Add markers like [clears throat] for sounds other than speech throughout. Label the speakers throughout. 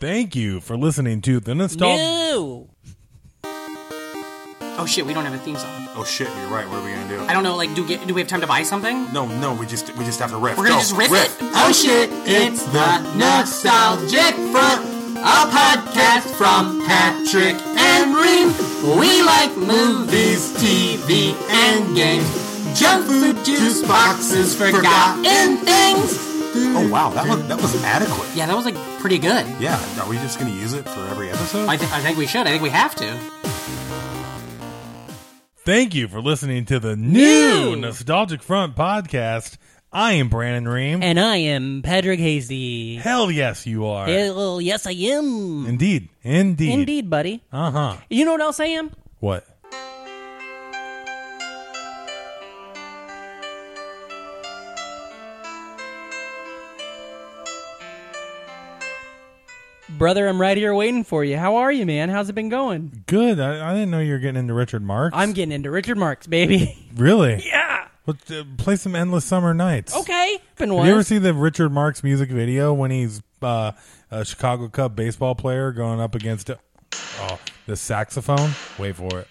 Speaker 1: Thank you for listening to the Nostalgia.
Speaker 2: No.
Speaker 3: Oh shit, we don't have a theme song.
Speaker 4: Oh shit, you're right. What are we gonna do?
Speaker 3: I don't know. Like, do get, do we have time to buy something?
Speaker 4: No, no, we just we just have to riff.
Speaker 3: We're gonna
Speaker 4: Go,
Speaker 3: just riff, it.
Speaker 5: Oh shit, it's the Nostalgic Front, a podcast from Patrick and Reem. We like movies, TV, and games, junk food, juice boxes, forgotten things.
Speaker 4: Oh wow, that was that was adequate.
Speaker 3: Yeah, that was like pretty good.
Speaker 4: Yeah, are we just gonna use it for every episode?
Speaker 3: I, th- I think we should. I think we have to.
Speaker 1: Thank you for listening to the new
Speaker 2: New.
Speaker 1: Nostalgic Front podcast. I am Brandon Ream.
Speaker 2: And I am Patrick Hasty.
Speaker 1: Hell yes, you are.
Speaker 2: Hell, yes, I am.
Speaker 1: Indeed. Indeed.
Speaker 2: Indeed, buddy.
Speaker 1: Uh huh.
Speaker 2: You know what else I am?
Speaker 1: What?
Speaker 2: Brother, I'm right here waiting for you. How are you, man? How's it been going?
Speaker 1: Good. I, I didn't know you were getting into Richard Marx.
Speaker 2: I'm getting into Richard Marks, baby. [laughs]
Speaker 1: really.
Speaker 2: yeah. Oh,
Speaker 1: What, uh, play some Endless Summer Nights.
Speaker 2: Okay. Been
Speaker 1: Have you ever
Speaker 2: one.
Speaker 1: seen the Richard Marx music video when he's uh, a Chicago Cub baseball player going up against a, oh, the saxophone? Wait for it.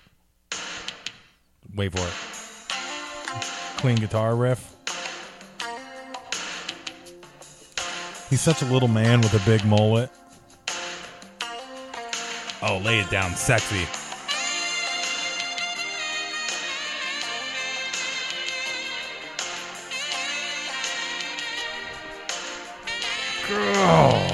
Speaker 1: Wait for it. Clean guitar riff. He's such a little man with a big mullet. Oh, lay it down, sexy. Girl.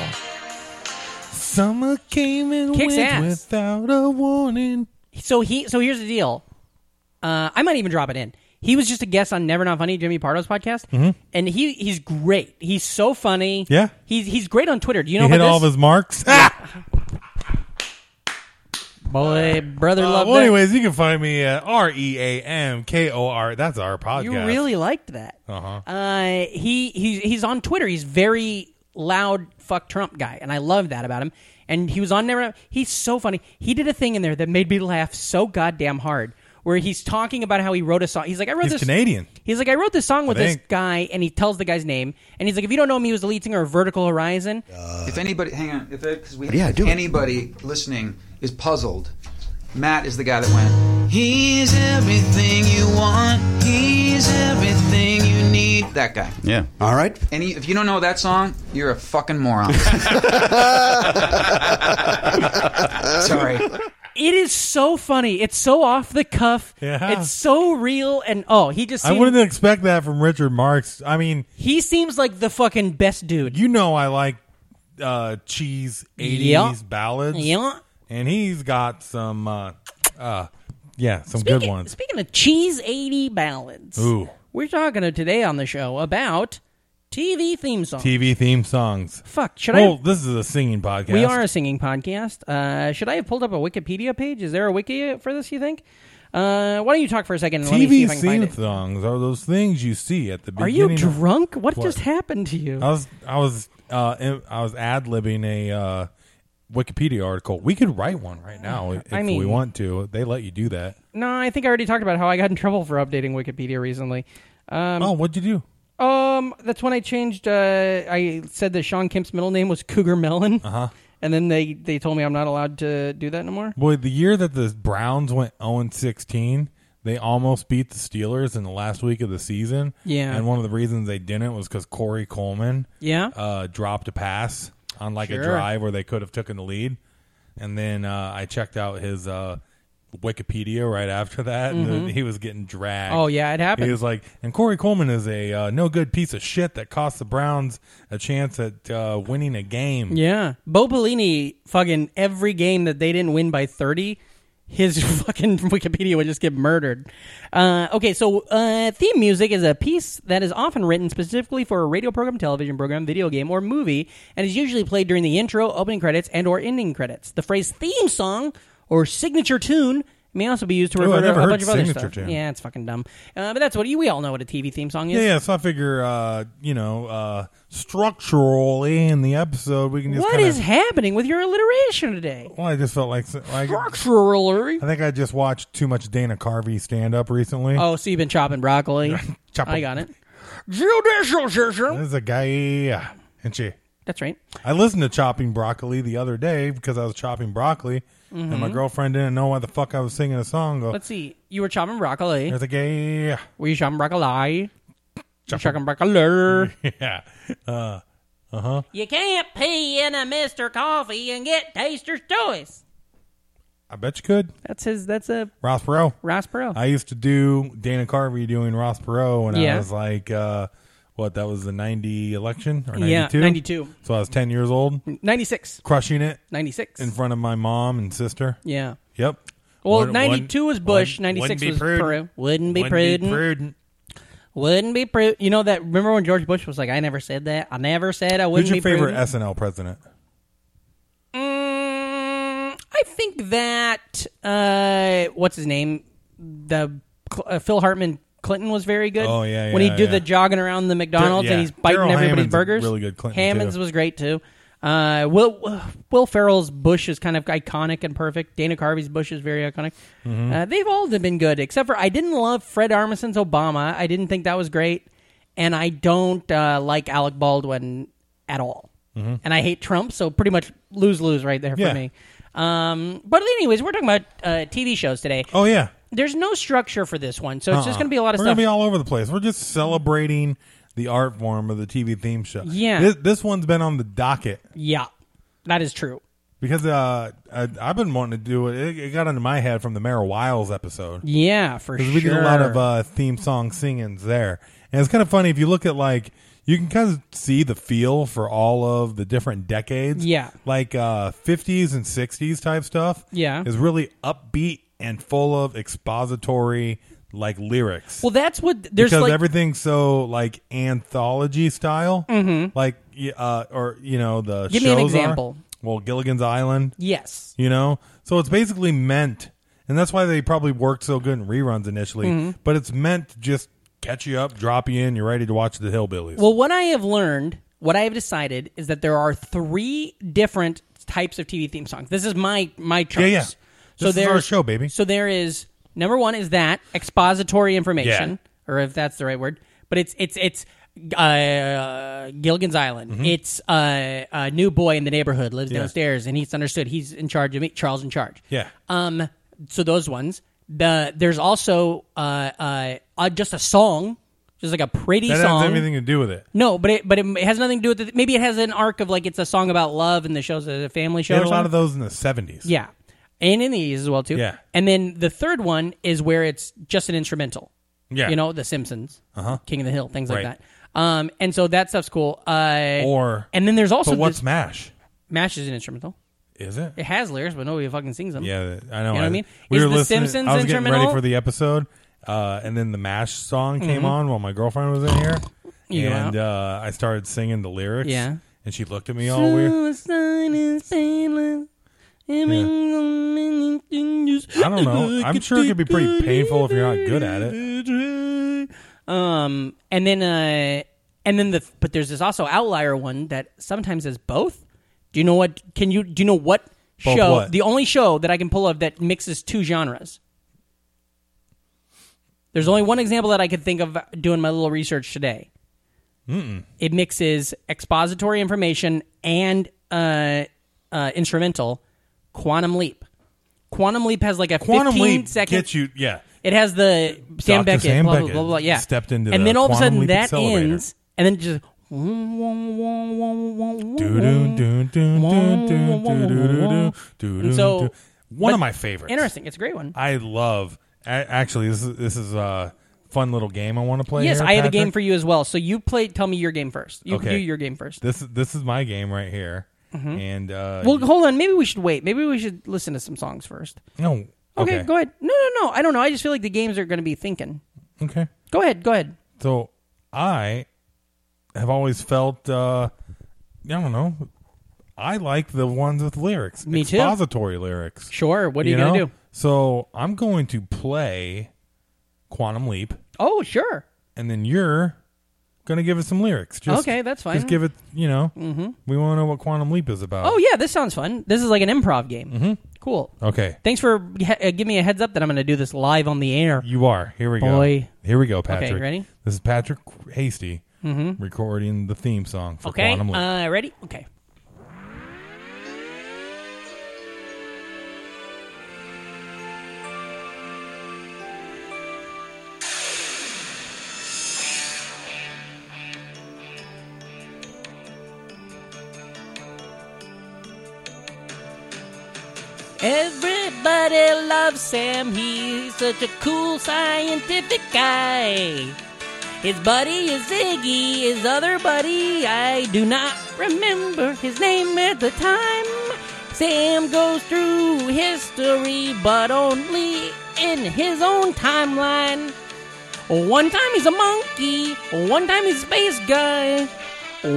Speaker 1: Summer came and
Speaker 2: Kicks
Speaker 1: went
Speaker 2: ass.
Speaker 1: without a warning.
Speaker 2: So he. So here's the deal. Uh, I might even drop it in. He was just a guest on Never Not Funny, Jimmy Pardo's podcast, and he he's great. He's so funny.
Speaker 1: Mm-hmm. Yeah.
Speaker 2: He's he's great on Twitter. Do you know
Speaker 1: He hit
Speaker 2: about
Speaker 1: all of
Speaker 2: this?
Speaker 1: his marks. Ah!
Speaker 2: Boy, brother,
Speaker 1: Uh, [laughs]
Speaker 2: love.
Speaker 1: well,
Speaker 2: that.
Speaker 1: anyways, you can find me at R E A M K O R. That's our podcast.
Speaker 2: You really liked that. Uh-huh. he he's he's on Twitter. He's very loud fuck Trump guy, and I love that about him. And he was on Never. He's so funny. He did a thing in there that made me laugh so goddamn hard. Where he's talking about how he wrote a song. He's like, I wrote
Speaker 1: He's
Speaker 2: this
Speaker 1: Canadian.
Speaker 2: He's like, I wrote this song with this
Speaker 1: think.
Speaker 2: guy, and he tells the guy's name, and he's like, if you don't know him, he was the lead singer of Vertical Horizon.
Speaker 6: If anybody, hang on, if because we,
Speaker 7: Yeah,
Speaker 6: if
Speaker 7: do it.
Speaker 6: anybody listening is puzzled, Matt is the guy that went. He's everything you want. He's everything you need. That guy.
Speaker 7: Yeah. All right.
Speaker 6: Any, if you don't know that song, you're a fucking
Speaker 7: [laughs]
Speaker 6: moron. Sorry.
Speaker 2: It is so funny. It's so off the cuff.
Speaker 1: Yeah.
Speaker 2: It's so real, and oh, he just
Speaker 1: I
Speaker 2: seemed,
Speaker 1: wouldn't expect that from Richard Marx. I mean,
Speaker 2: he seems like the fucking best dude.
Speaker 1: you know, I like uh, cheese '80s
Speaker 2: Yeah.
Speaker 1: ballads.
Speaker 2: Yeah.
Speaker 1: And he's got some, uh, uh, yeah, some good
Speaker 2: Speaking-
Speaker 1: ones.
Speaker 2: Speaking of cheese 80 ballads,
Speaker 1: Ooh.
Speaker 2: we're talking to today on the show about TV theme songs.
Speaker 1: TV theme songs.
Speaker 2: Fuck, should
Speaker 1: Well,
Speaker 2: I?
Speaker 1: this is a singing podcast.
Speaker 2: We are a singing podcast. Uh, should I have pulled up a Wikipedia page? Is there a wiki for this, you think? Uh, why don't you talk for a second and let me see
Speaker 1: TV
Speaker 2: if I can find
Speaker 1: theme
Speaker 2: it.
Speaker 1: songs are those things you see at the
Speaker 2: Are
Speaker 1: beginning.
Speaker 2: you
Speaker 1: of-
Speaker 2: drunk? What,
Speaker 1: What?
Speaker 2: just happened to you?
Speaker 1: I was I was uh, in- I was ad libbing a uh, Wikipedia article. We could write one right now if
Speaker 2: I mean-
Speaker 1: we want to. They let you do that.
Speaker 2: no, I think I already talked about how I got in trouble for updating Wikipedia recently.
Speaker 1: oh, what'd you do?
Speaker 2: Um, that's when I changed. Uh, I said that Sean Kemp's middle name was Cougar Melon.
Speaker 1: Uh-huh.
Speaker 2: Uh huh. And then they they told me I'm not allowed to do that anymore.
Speaker 1: Boy, the year that the Browns went 0 16, they almost beat the Steelers in the last week of the season.
Speaker 2: Yeah.
Speaker 1: And one of the reasons they didn't was because Corey Coleman
Speaker 2: Yeah.
Speaker 1: uh, dropped a pass on like
Speaker 2: Sure.
Speaker 1: a drive where they could have taken the lead. And then uh, I checked out his uh, Wikipedia right after that, and then he was getting dragged.
Speaker 2: Mm-hmm. Oh, yeah, it happened.
Speaker 1: He was like, and Corey Coleman is a uh, no good piece of shit that cost the Browns a chance at uh, winning a game.
Speaker 2: Yeah. Bo Pelini, fucking every game that they didn't win by 30, his [laughs] fucking Wikipedia would just get murdered. Uh, okay, so uh, theme music is a piece that is often written specifically for a radio program, television program, video game, or movie, and is usually played during the intro, opening credits, and or ending credits. The phrase theme song or signature tune may also be used to refer
Speaker 1: Oh, I
Speaker 2: to a
Speaker 1: never heard
Speaker 2: bunch of other
Speaker 1: signature
Speaker 2: stuff.
Speaker 1: tune.
Speaker 2: Yeah, it's fucking dumb. Uh, but that's what we all know what a TV theme song is.
Speaker 1: Yeah, yeah. So I figure, uh, you know, uh, structurally in the episode, we can just
Speaker 2: What
Speaker 1: kind
Speaker 2: is
Speaker 1: of.
Speaker 2: happening with your alliteration today?
Speaker 1: Well, I just felt like, like I
Speaker 2: Structurally.
Speaker 1: think I just watched too much Dana Carvey stand up recently.
Speaker 2: Oh, so you've been chopping broccoli.
Speaker 1: [laughs] Chop
Speaker 2: I
Speaker 1: 'em.
Speaker 2: got it. Judicial system.
Speaker 1: There's a guy, and she
Speaker 2: That's right.
Speaker 1: I listened to Chopping Broccoli the other day because I was chopping broccoli, and
Speaker 2: Mm-hmm.
Speaker 1: my girlfriend didn't know why the fuck I was singing a song. Go,
Speaker 2: Let's see. You were chopping broccoli.
Speaker 1: I was like, yeah, [laughs]
Speaker 2: Were you chopping broccoli? You're
Speaker 1: [laughs]
Speaker 2: chopping broccoli.
Speaker 1: yeah. Uh,
Speaker 2: you can't pee in a Mr. Coffee and get Taster's Choice.
Speaker 1: I bet you could.
Speaker 2: That's his. That's a
Speaker 1: Ross Perot.
Speaker 2: Ross Perot.
Speaker 1: I used to do Dana Carvey doing Ross Perot when
Speaker 2: Yeah.
Speaker 1: I was like, uh, what, that was the 90 election? Or 92?
Speaker 2: Yeah, 92.
Speaker 1: So I was 10 years old,
Speaker 2: 96.
Speaker 1: crushing it
Speaker 2: 96.
Speaker 1: in front of my mom and sister.
Speaker 2: yeah.
Speaker 1: Yep.
Speaker 2: Well,
Speaker 1: Wouldn't-
Speaker 2: 92 was Bush,
Speaker 1: wouldn't-
Speaker 2: 96
Speaker 1: wouldn't
Speaker 2: was
Speaker 1: be prudent.
Speaker 2: Peru. Wouldn't be
Speaker 1: Wouldn't
Speaker 2: prudent.
Speaker 1: prudent.
Speaker 2: Wouldn't be prudent. You know that? Remember when George Bush was like, "I never said that. I never said I
Speaker 1: Who's
Speaker 2: wouldn't
Speaker 1: your
Speaker 2: be
Speaker 1: favorite
Speaker 2: prudent."
Speaker 1: SNL president?
Speaker 2: Mm, I think that uh, what's his name? The Cl- uh, Phil Hartman Clinton was very good.
Speaker 1: Oh, yeah,
Speaker 2: when he
Speaker 1: yeah,
Speaker 2: do
Speaker 1: yeah.
Speaker 2: the jogging around the McDonald's
Speaker 1: yeah.
Speaker 2: and he's biting
Speaker 1: Darryl
Speaker 2: everybody's
Speaker 1: Hammond's
Speaker 2: burgers.
Speaker 1: really good Clinton,
Speaker 2: Hammond's
Speaker 1: too.
Speaker 2: was great too. Uh, Will Will Ferrell's Bush is kind of iconic and perfect. Dana Carvey's Bush is very iconic.
Speaker 1: Mm-hmm.
Speaker 2: Uh, they've all been good, except for I didn't love Fred Armisen's Obama. I didn't think that was great, and I don't uh, like Alec Baldwin at all. And I hate Trump, so pretty much lose lose right there for
Speaker 1: Mm-hmm. Yeah.
Speaker 2: me. Um, but anyways, we're talking about uh, TV shows today.
Speaker 1: Oh, yeah.
Speaker 2: There's no structure for this one, so it's just
Speaker 1: Uh-uh.
Speaker 2: going to be a lot of
Speaker 1: We're
Speaker 2: stuff.
Speaker 1: gonna be all over the place. We're just celebrating the art form of the TV theme show.
Speaker 2: Yeah.
Speaker 1: this, this one's been on the docket
Speaker 2: yeah, that is true.
Speaker 1: because uh, I, I've been wanting to do it. It, it got into my head from the Mara Wiles episode.
Speaker 2: Yeah, for sure.
Speaker 1: because we did a lot of uh, theme song singings there, and it's kind of funny if you look at like you can kind of see the feel for all of the different decades.
Speaker 2: Yeah.
Speaker 1: like uh, 50s and 60s type stuff.
Speaker 2: Yeah.
Speaker 1: is really upbeat and full of expository like lyrics.
Speaker 2: well, that's what there's
Speaker 1: because
Speaker 2: like.
Speaker 1: everything's so like anthology style, mm-hmm. like y- uh, or you know the
Speaker 2: Give me
Speaker 1: shows
Speaker 2: an
Speaker 1: are-
Speaker 2: example.
Speaker 1: well, Gilligan's Island
Speaker 2: yes,
Speaker 1: you know so it's basically meant and that's why they probably worked so good in reruns initially
Speaker 2: Mm-hmm.
Speaker 1: but it's meant to just catch you up drop you in you're ready to watch the hillbillies
Speaker 2: Well, what I have learned, what I have decided is that there are three different types of TV theme songs. This is my my choice.
Speaker 1: yeah.
Speaker 2: So
Speaker 1: This is our
Speaker 2: there's-
Speaker 1: show, baby.
Speaker 2: So there is number one is that expository information, or if that's the right word, but it's it's it's uh, Gilligan's Island.
Speaker 1: Mm-hmm.
Speaker 2: It's uh, a new boy in the neighborhood lives downstairs, and he's understood. He's in charge of me. Charles in charge.
Speaker 1: Yeah.
Speaker 2: Um. So those ones. The there's also uh, uh uh just a song, just like a pretty
Speaker 1: that
Speaker 2: song.
Speaker 1: has anything to do with it
Speaker 2: No, but it but it, it has nothing to do with it. Maybe it has an arc of like it's a song about love and the show's a family show.
Speaker 1: they had
Speaker 2: or
Speaker 1: a lot
Speaker 2: something.
Speaker 1: of those in the 70s
Speaker 2: Yeah, and in the 80s as well too.
Speaker 1: Yeah.
Speaker 2: and then the third one is where it's just an instrumental.
Speaker 1: Yeah. Uh-huh.
Speaker 2: you know The Simpsons, King of the Hill, things like
Speaker 1: Right.
Speaker 2: that. Um, and so that stuff's cool. Uh,
Speaker 1: or
Speaker 2: and then there's also
Speaker 1: but what's
Speaker 2: this-
Speaker 1: mash
Speaker 2: Mash is an instrumental.
Speaker 1: is it
Speaker 2: It has lyrics, but nobody fucking sings them.
Speaker 1: yeah that- i know,
Speaker 2: You know what I mean?
Speaker 1: we
Speaker 2: Is
Speaker 1: were
Speaker 2: The
Speaker 1: listening
Speaker 2: Simpsons
Speaker 1: i was getting ready
Speaker 2: instrumental?
Speaker 1: for the episode uh, and then the mash song came on while my girlfriend was in here
Speaker 2: Mm-hmm. You
Speaker 1: and uh, i started singing the lyrics
Speaker 2: Yeah.
Speaker 1: and she looked at me all weird
Speaker 2: Suicide is painless.
Speaker 1: i don't know i'm sure it could be pretty painful if you're not good at it
Speaker 2: Um, and then uh, and then the but there's this also outlier one that sometimes is both. Do you know what? Can you do you know what
Speaker 1: Both
Speaker 2: show?
Speaker 1: what?
Speaker 2: The only show that I can pull of that mixes two genres. There's only one example that I could think of doing my little research today. It mixes expository information and uh, uh, instrumental. Quantum Leap. Quantum Leap has like a
Speaker 1: Quantum
Speaker 2: 15
Speaker 1: Leap
Speaker 2: second-
Speaker 1: gets you, yeah.
Speaker 2: It has the
Speaker 1: Dr.
Speaker 2: Sam Beckett,
Speaker 1: Sam
Speaker 2: blah,
Speaker 1: Beckett
Speaker 2: blah, blah, blah, yeah.
Speaker 1: stepped into
Speaker 2: and
Speaker 1: the
Speaker 2: then all of a
Speaker 1: quantum
Speaker 2: sudden
Speaker 1: leap
Speaker 2: that
Speaker 1: accelerator.
Speaker 2: ends, and then it just. And
Speaker 1: And
Speaker 2: so-
Speaker 1: one
Speaker 2: but-
Speaker 1: of my favorites.
Speaker 2: Interesting. It's a great one.
Speaker 1: I love. a- Actually, this is this is a fun little game I want to play.
Speaker 2: yes,
Speaker 1: here,
Speaker 2: I have a
Speaker 1: Patrick.
Speaker 2: game for you as well. So you play. Tell me your game first. You
Speaker 1: Okay.
Speaker 2: do your game first.
Speaker 1: This is this is my game right here. And uh,
Speaker 2: Mm-hmm. well, hold on. Maybe we should wait. Maybe we should listen to some songs first.
Speaker 1: no.
Speaker 2: Okay, go ahead. No, no, no. I don't know. I just feel like the games are going to be thinking.
Speaker 1: Okay.
Speaker 2: Go ahead. Go ahead.
Speaker 1: So I have always felt uh, I don't know. I like the ones with lyrics.
Speaker 2: Me too.
Speaker 1: Expository lyrics.
Speaker 2: Sure. What are you, going to
Speaker 1: know?
Speaker 2: do?
Speaker 1: So I'm going to play Quantum Leap,
Speaker 2: Oh, sure.
Speaker 1: and then you're going to give it some lyrics. Just,
Speaker 2: Okay, that's fine. Mm-hmm.
Speaker 1: Just give it, you know, we want to know what Quantum Leap is about.
Speaker 2: Oh, yeah. This sounds fun. This is like an improv game. Mm-hmm. Cool.
Speaker 1: Okay,
Speaker 2: Thanks for he- uh, giving me a heads up that I'm going to do this live on the air.
Speaker 1: you are. Here we
Speaker 2: Boy.
Speaker 1: go. Here we go, Patrick.
Speaker 2: ready? Mm-hmm.
Speaker 1: This is Patrick Hasty recording the theme song for
Speaker 2: Okay.
Speaker 1: Quantum Leap.
Speaker 2: Uh, ready? Okay. Everybody loves Sam. He's such a cool scientific guy. His buddy is Ziggy, his other buddy, I do not remember his name at the time. Sam goes through history, but only in his own timeline. One time he's a monkey, one time he's a space guy,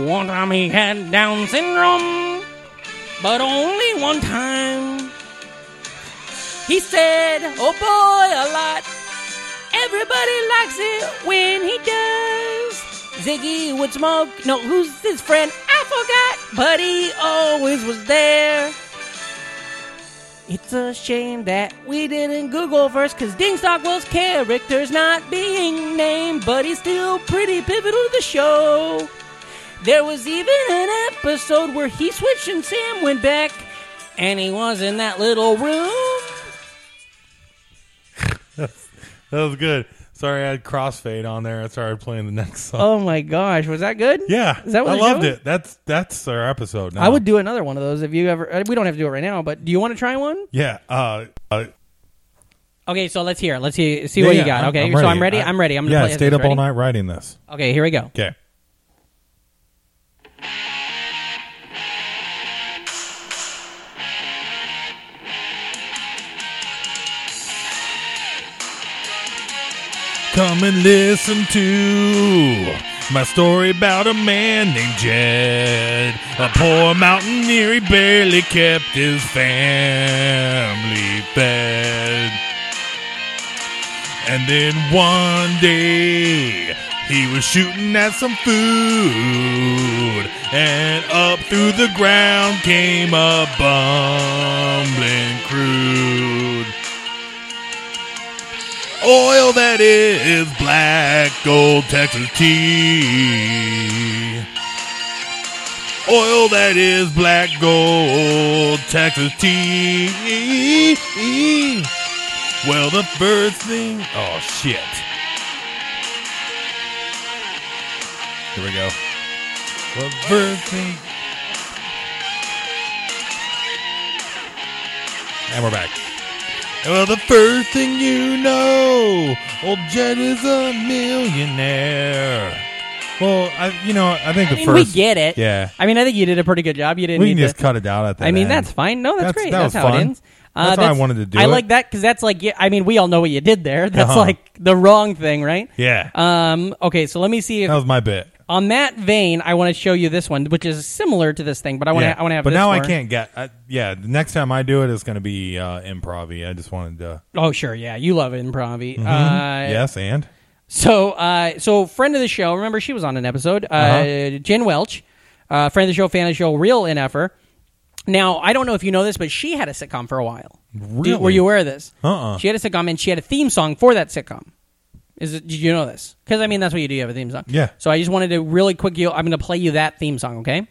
Speaker 2: one time he had Down syndrome, but only one time. He said, Oh boy, a lot. Everybody likes it when he does. Ziggy would smoke. No, who's his friend? I forgot, but he always was there. It's a shame that we didn't Google first, cause Ding Stockwell's character's not being named, but he's still pretty pivotal to the show. There was even an episode where he switched and Sam went back, and he was in that little room.
Speaker 1: that was good. Sorry, I had crossfade on there. I started playing the next song.
Speaker 2: Oh my gosh, was that good?
Speaker 1: yeah,
Speaker 2: is that what
Speaker 1: I
Speaker 2: the show
Speaker 1: loved
Speaker 2: is?
Speaker 1: it. That's that's our episode. Now.
Speaker 2: I would do another one of those if you ever. uh, We don't have to do it right now, but do you want to try one?
Speaker 1: Yeah. Uh, uh,
Speaker 2: Okay, so let's hear. it. Let's see see
Speaker 1: yeah,
Speaker 2: what you
Speaker 1: yeah,
Speaker 2: got. okay, so I'm ready.
Speaker 1: I-
Speaker 2: I'm ready. I'm gonna
Speaker 1: yeah.
Speaker 2: play
Speaker 1: I
Speaker 2: this.
Speaker 1: stayed up all
Speaker 2: Ready?
Speaker 1: night writing this.
Speaker 2: Okay, here we go.
Speaker 1: Okay. Come and listen to my story about a man named Jed. A poor mountaineer, he barely kept his family fed. And then one day, he was shooting at some food, and up through the ground came a bumbling crude. Oil that is black gold Texas tea. Oil that is black gold Texas tea. Well, the first thing. Oh, shit. Here we go. The first thing. And we're back. Well, the first thing you know, old Jed is a millionaire. Well, I, you know, I think
Speaker 2: I
Speaker 1: the
Speaker 2: mean,
Speaker 1: first.
Speaker 2: we get it.
Speaker 1: Yeah.
Speaker 2: I mean, I think you did a pretty good job. You didn't
Speaker 1: We
Speaker 2: need
Speaker 1: can just
Speaker 2: to.
Speaker 1: cut it out at that.
Speaker 2: I mean,
Speaker 1: end.
Speaker 2: that's fine. No, that's,
Speaker 1: That's-
Speaker 2: great.
Speaker 1: that
Speaker 2: that's
Speaker 1: was
Speaker 2: how
Speaker 1: fun.
Speaker 2: it ends. Uh,
Speaker 1: That's how I wanted to do
Speaker 2: I
Speaker 1: it.
Speaker 2: like that because that's like. yeah, I mean, we all know what you did there. That's
Speaker 1: Uh-huh.
Speaker 2: like the wrong thing, right?
Speaker 1: Yeah.
Speaker 2: Um. Okay, so let me see if
Speaker 1: that was my bit.
Speaker 2: on that vein, I want to show you this one, which is similar to this thing, but I want to.
Speaker 1: yeah.
Speaker 2: I want to have.
Speaker 1: But
Speaker 2: this
Speaker 1: now I
Speaker 2: for-
Speaker 1: can't get. I, yeah, the next time I do it, it's going to be uh, improv. I just wanted to.
Speaker 2: Oh, sure. Yeah, you love improv.
Speaker 1: Mm-hmm.
Speaker 2: Uh,
Speaker 1: yes, and
Speaker 2: So, uh, so friend of the show, remember she was on an episode, uh,
Speaker 1: Uh-huh.
Speaker 2: Jen Welch, uh, friend of the show, fan of the show, real NFer. Now, I don't know if you know this, but she had a sitcom for a while. Do-
Speaker 1: Really?
Speaker 2: were you aware of this?
Speaker 1: Uh-uh.
Speaker 2: She had a sitcom and she had a theme song for that sitcom. Is it, did you know this? Because I mean, that's what you do. You have a theme song.
Speaker 1: Yeah.
Speaker 2: So I just wanted to really quick. You, I'm going to play you that theme song. Okay.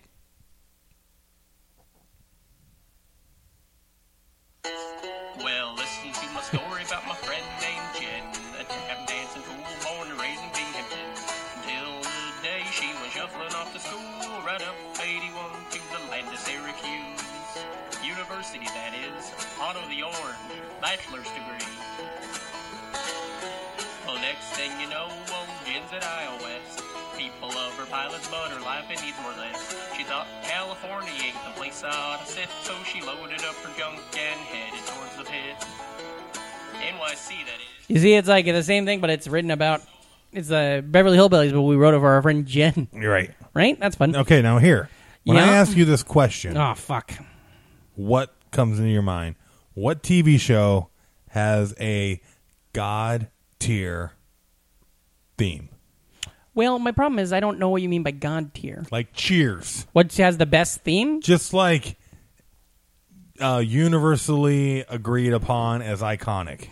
Speaker 7: Well, listen to my story about my friend named Jen. That took him dancing pool, born and raised in Beaverton. Until the day she went shuffling off to school, right up 81 to the land of Syracuse. University, that is. Otto the Orange, bachelor's degree. Well, next thing you know, old Jen's at iOS. People love her pilot's butter, life it needs more less. She thought California ain't the place I ought to sit, so she loaded up her junk and headed towards the pit. NYC, that is.
Speaker 2: You see, it's like the same thing, but it's written about. It's uh, Beverly Hillbillies, but we wrote it for our friend Jen. [laughs]
Speaker 1: you're right.
Speaker 2: Right? That's fun.
Speaker 1: Okay, now here. When I
Speaker 2: Yeah.
Speaker 1: ask you this question,
Speaker 2: Oh fuck.
Speaker 1: what comes into your mind? What TV show has a god tier theme?
Speaker 2: Well, my problem is I don't know what you mean by God tier.
Speaker 1: Like Cheers,
Speaker 2: What has the best theme?
Speaker 1: just like uh, universally agreed upon as iconic.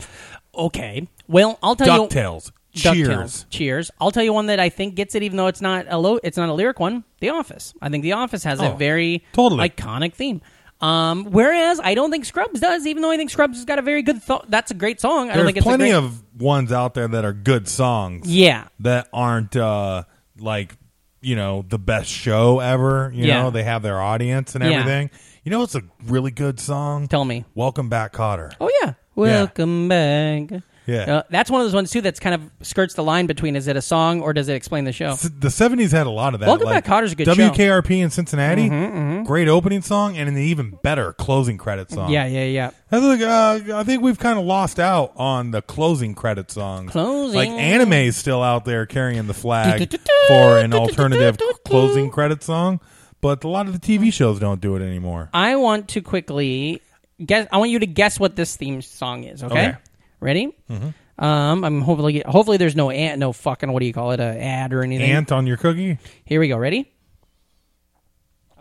Speaker 2: Okay. Well, I'll tell [laughs] you.
Speaker 1: Ducktales, Cheers.
Speaker 2: DuckTales. Cheers. I'll tell you one that I think gets it, even though it's not a lo- it's not a lyric one. The Office. I think The Office has
Speaker 1: Oh,
Speaker 2: a very
Speaker 1: totally.
Speaker 2: iconic theme. Um, whereas I don't think Scrubs does, even though I think Scrubs has got a very good. Th- that's a great song. I don't
Speaker 1: There's
Speaker 2: think it's a
Speaker 1: plenty
Speaker 2: great-
Speaker 1: of ones out there that are good songs.
Speaker 2: Yeah.
Speaker 1: that aren't uh, like you know the best show ever. You
Speaker 2: Yeah.
Speaker 1: know they have their audience and
Speaker 2: Yeah.
Speaker 1: everything. You know it's a really good song.
Speaker 2: Tell me.
Speaker 1: Welcome back, Cotter.
Speaker 2: Oh yeah. Welcome back.
Speaker 1: Yeah.
Speaker 2: Uh, that's one of those ones too that's kind of skirts the line between is it a song or does it explain the show?
Speaker 1: S- The seventies had a lot of that.
Speaker 2: Welcome
Speaker 1: like,
Speaker 2: Back, Cotter's a good show. Mm-hmm,
Speaker 1: WKRP in Cincinnati, great opening song and an even better closing credit song.
Speaker 2: Yeah, yeah, yeah.
Speaker 1: I think, uh, I think we've kind of lost out on the closing credit songs.
Speaker 2: Closing.
Speaker 1: Like anime's still out there carrying the flag
Speaker 2: Du-du-du-du,
Speaker 1: for an alternative
Speaker 2: du-du-du-du-du.
Speaker 1: closing credit song, but a lot of the TV shows don't do it anymore.
Speaker 2: I want to quickly guess. I want you to guess what this theme song is. Okay,
Speaker 1: Okay.
Speaker 2: ready? Mm-hmm. Um, I'm hopefully hopefully there's no ad, no fucking what do you call it, a ad or anything.
Speaker 1: Ant on your cookie?
Speaker 2: Here we go. Ready?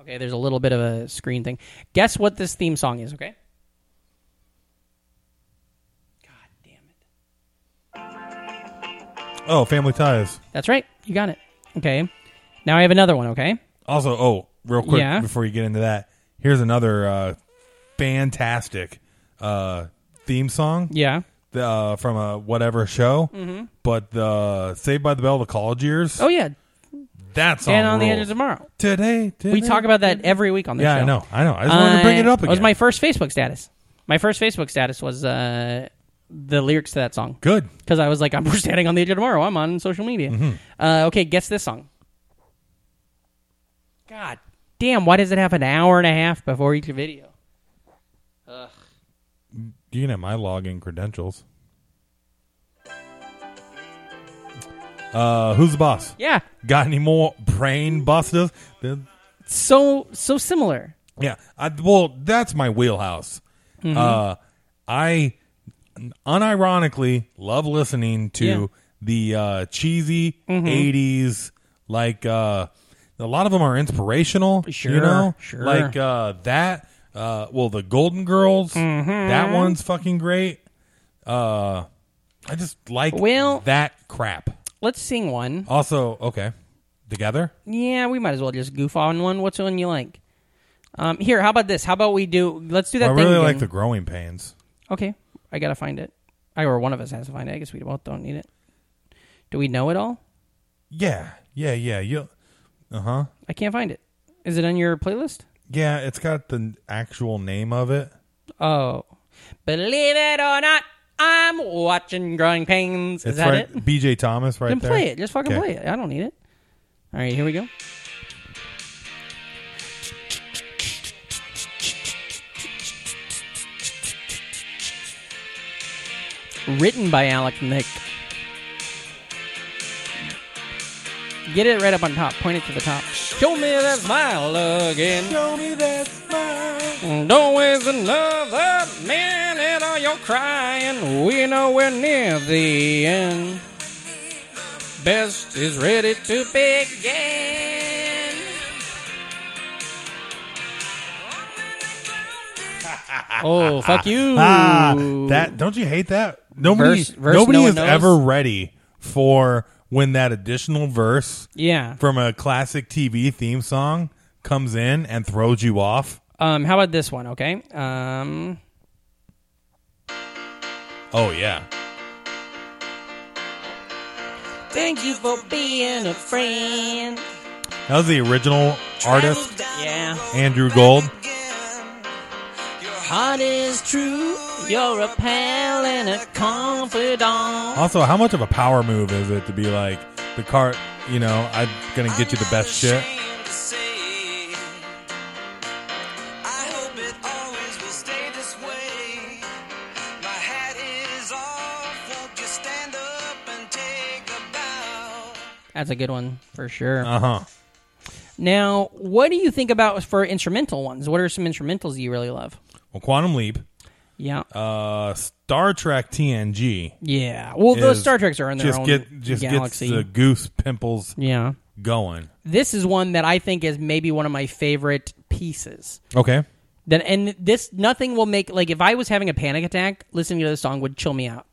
Speaker 2: Okay, there's a little bit of a screen thing. Guess what this theme song is. Okay. God damn it!
Speaker 1: Oh, Family Ties.
Speaker 2: That's right. You got it. Okay. Now I have another one. Okay.
Speaker 1: Also, oh, real quick
Speaker 2: Yeah.
Speaker 1: before you get into that, here's another uh, fantastic uh, theme song.
Speaker 2: Yeah.
Speaker 1: the, uh, from a whatever show, but the Saved by the Bell, the college years.
Speaker 2: Mm-hmm. Oh yeah.
Speaker 1: that song.
Speaker 2: And on the
Speaker 1: rules.
Speaker 2: edge of tomorrow.
Speaker 1: Today, today.
Speaker 2: We talk about that every week on this
Speaker 1: Oh. Yeah,
Speaker 2: show.
Speaker 1: I know. I know. I just wanted to bring it up
Speaker 2: It
Speaker 1: again.
Speaker 2: Uh, was my first Facebook status. My first Facebook status was uh, the lyrics to that song
Speaker 1: good.
Speaker 2: because I was like, I'm [laughs] standing on the edge of tomorrow. I'm on social media.
Speaker 1: Mm-hmm.
Speaker 2: Uh, okay, guess this song. God damn, why does it have an hour and a half before each video?
Speaker 1: You can have my login credentials. Uh, who's the boss?
Speaker 2: Yeah,
Speaker 1: Got any more brain busters? The-
Speaker 2: so so similar.
Speaker 1: Yeah. I, well, that's my wheelhouse.
Speaker 2: Mm-hmm.
Speaker 1: Uh, I unironically love listening to
Speaker 2: Yeah. Mm-hmm.
Speaker 1: the uh, cheesy 80s, like uh, a lot of them are inspirational. You
Speaker 2: Sure,
Speaker 1: know?
Speaker 2: sure.
Speaker 1: Like uh, that. Uh, well, the Golden Girls.
Speaker 2: Mm-hmm.
Speaker 1: That one's fucking great. Uh, I just like
Speaker 2: Well-
Speaker 1: that crap.
Speaker 2: Let's sing one.
Speaker 1: Also, okay. Together?
Speaker 2: Yeah, we might as well just goof on one. What's one you like? Um, here, how about this? How about we do? Let's do that.
Speaker 1: I
Speaker 2: thing
Speaker 1: really
Speaker 2: again.
Speaker 1: like the growing pains.
Speaker 2: Okay, I gotta find it. I or one of us has to find it. I guess we both don't need it. Do we know it all?
Speaker 1: Yeah. Yeah, yeah. You Uh huh.
Speaker 2: I can't find it. Is it on your playlist?
Speaker 1: Yeah, it's got the n- actual name of it.
Speaker 2: Oh, believe it or not, I'm watching Growing Pains. Is
Speaker 1: It's
Speaker 2: that
Speaker 1: right,
Speaker 2: it?
Speaker 1: BJ Thomas right
Speaker 2: Then
Speaker 1: there.
Speaker 2: play it. Just fucking
Speaker 1: Okay.
Speaker 2: play it. I don't need it. All right, here we go. Written by Alec Nick. Get it right up on top. Point it to the top. Show me that smile again. Show me that smile. Don't waste another minute or you're crying. We know we're near the end. Best is ready to [laughs] begin. oh, fuck you.
Speaker 1: Ah, that don't you hate that? Nobody,
Speaker 2: Verse- verse
Speaker 1: nobody
Speaker 2: no one
Speaker 1: is
Speaker 2: knows?
Speaker 1: ever ready for when that additional verse
Speaker 2: Yeah.
Speaker 1: from a classic TV theme song comes in and throws you off.
Speaker 2: Um, how about this one, okay? Um,
Speaker 1: Oh yeah,
Speaker 2: Thank you for being a friend.
Speaker 1: that was the original artist
Speaker 2: Yeah.
Speaker 1: Andrew Gold.
Speaker 2: Heart is true. You're a pal and a confidant.
Speaker 1: Also, how much of a power move is it to be like the car? You know, I'm gonna get you the best shit.
Speaker 2: That's a good one for sure.
Speaker 1: Uh huh.
Speaker 2: now, what do you think about for instrumental ones? What are some instrumentals you really love?
Speaker 1: Well, Quantum Leap,
Speaker 2: Yeah.
Speaker 1: uh, Star Trek TNG.
Speaker 2: yeah. Well, those
Speaker 1: is
Speaker 2: Star Treks are in their
Speaker 1: just
Speaker 2: own
Speaker 1: get just
Speaker 2: galaxy.
Speaker 1: gets the goose pimples
Speaker 2: yeah.
Speaker 1: going.
Speaker 2: This is one that I think is maybe one of my favorite pieces.
Speaker 1: Okay,
Speaker 2: Then and this nothing will make like if I was having a panic attack, listening to this song would chill me out.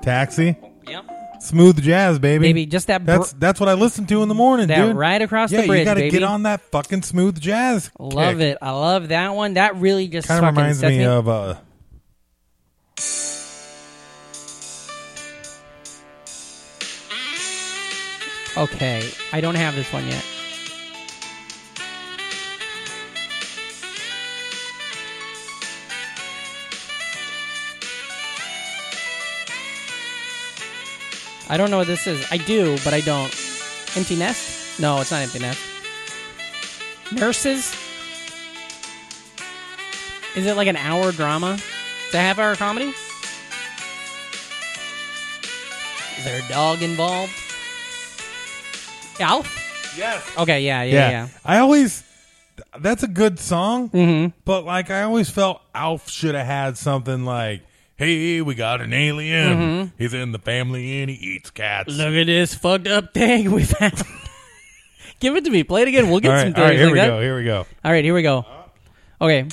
Speaker 1: Taxi,
Speaker 2: Yep.
Speaker 1: smooth jazz, baby.
Speaker 2: Baby, just that br-
Speaker 1: that's that's what I listen to in the morning,
Speaker 2: That
Speaker 1: dude.
Speaker 2: right across the
Speaker 1: yeah,
Speaker 2: bridge,
Speaker 1: you gotta
Speaker 2: baby.
Speaker 1: get on that fucking smooth jazz.
Speaker 2: Love it. I love that one. That really just
Speaker 1: Kind of
Speaker 2: fucking
Speaker 1: reminds
Speaker 2: sets
Speaker 1: me of uh,
Speaker 2: Okay, I don't have this one yet. I don't know what this is. I do, but I don't. Empty nest? No, it's not empty nest. Nurses? Is it like an hour drama? Is it a half hour comedy? Is there a dog involved? Alf? Yes. Okay, yeah, yeah, yeah.
Speaker 1: I always that's a good song,
Speaker 2: Mm-hmm.
Speaker 1: but like I always felt Alf should have had something like, "Hey, we got an alien. He's in the family and he eats cats."
Speaker 2: Mm-hmm. Look at this fucked up thing we found. [laughs] Give it to me. Play it again. We'll get
Speaker 1: all
Speaker 2: some
Speaker 1: right, all
Speaker 2: things
Speaker 1: right, here
Speaker 2: like
Speaker 1: we
Speaker 2: that.
Speaker 1: go. Here we go.
Speaker 2: All right, here we go. Okay.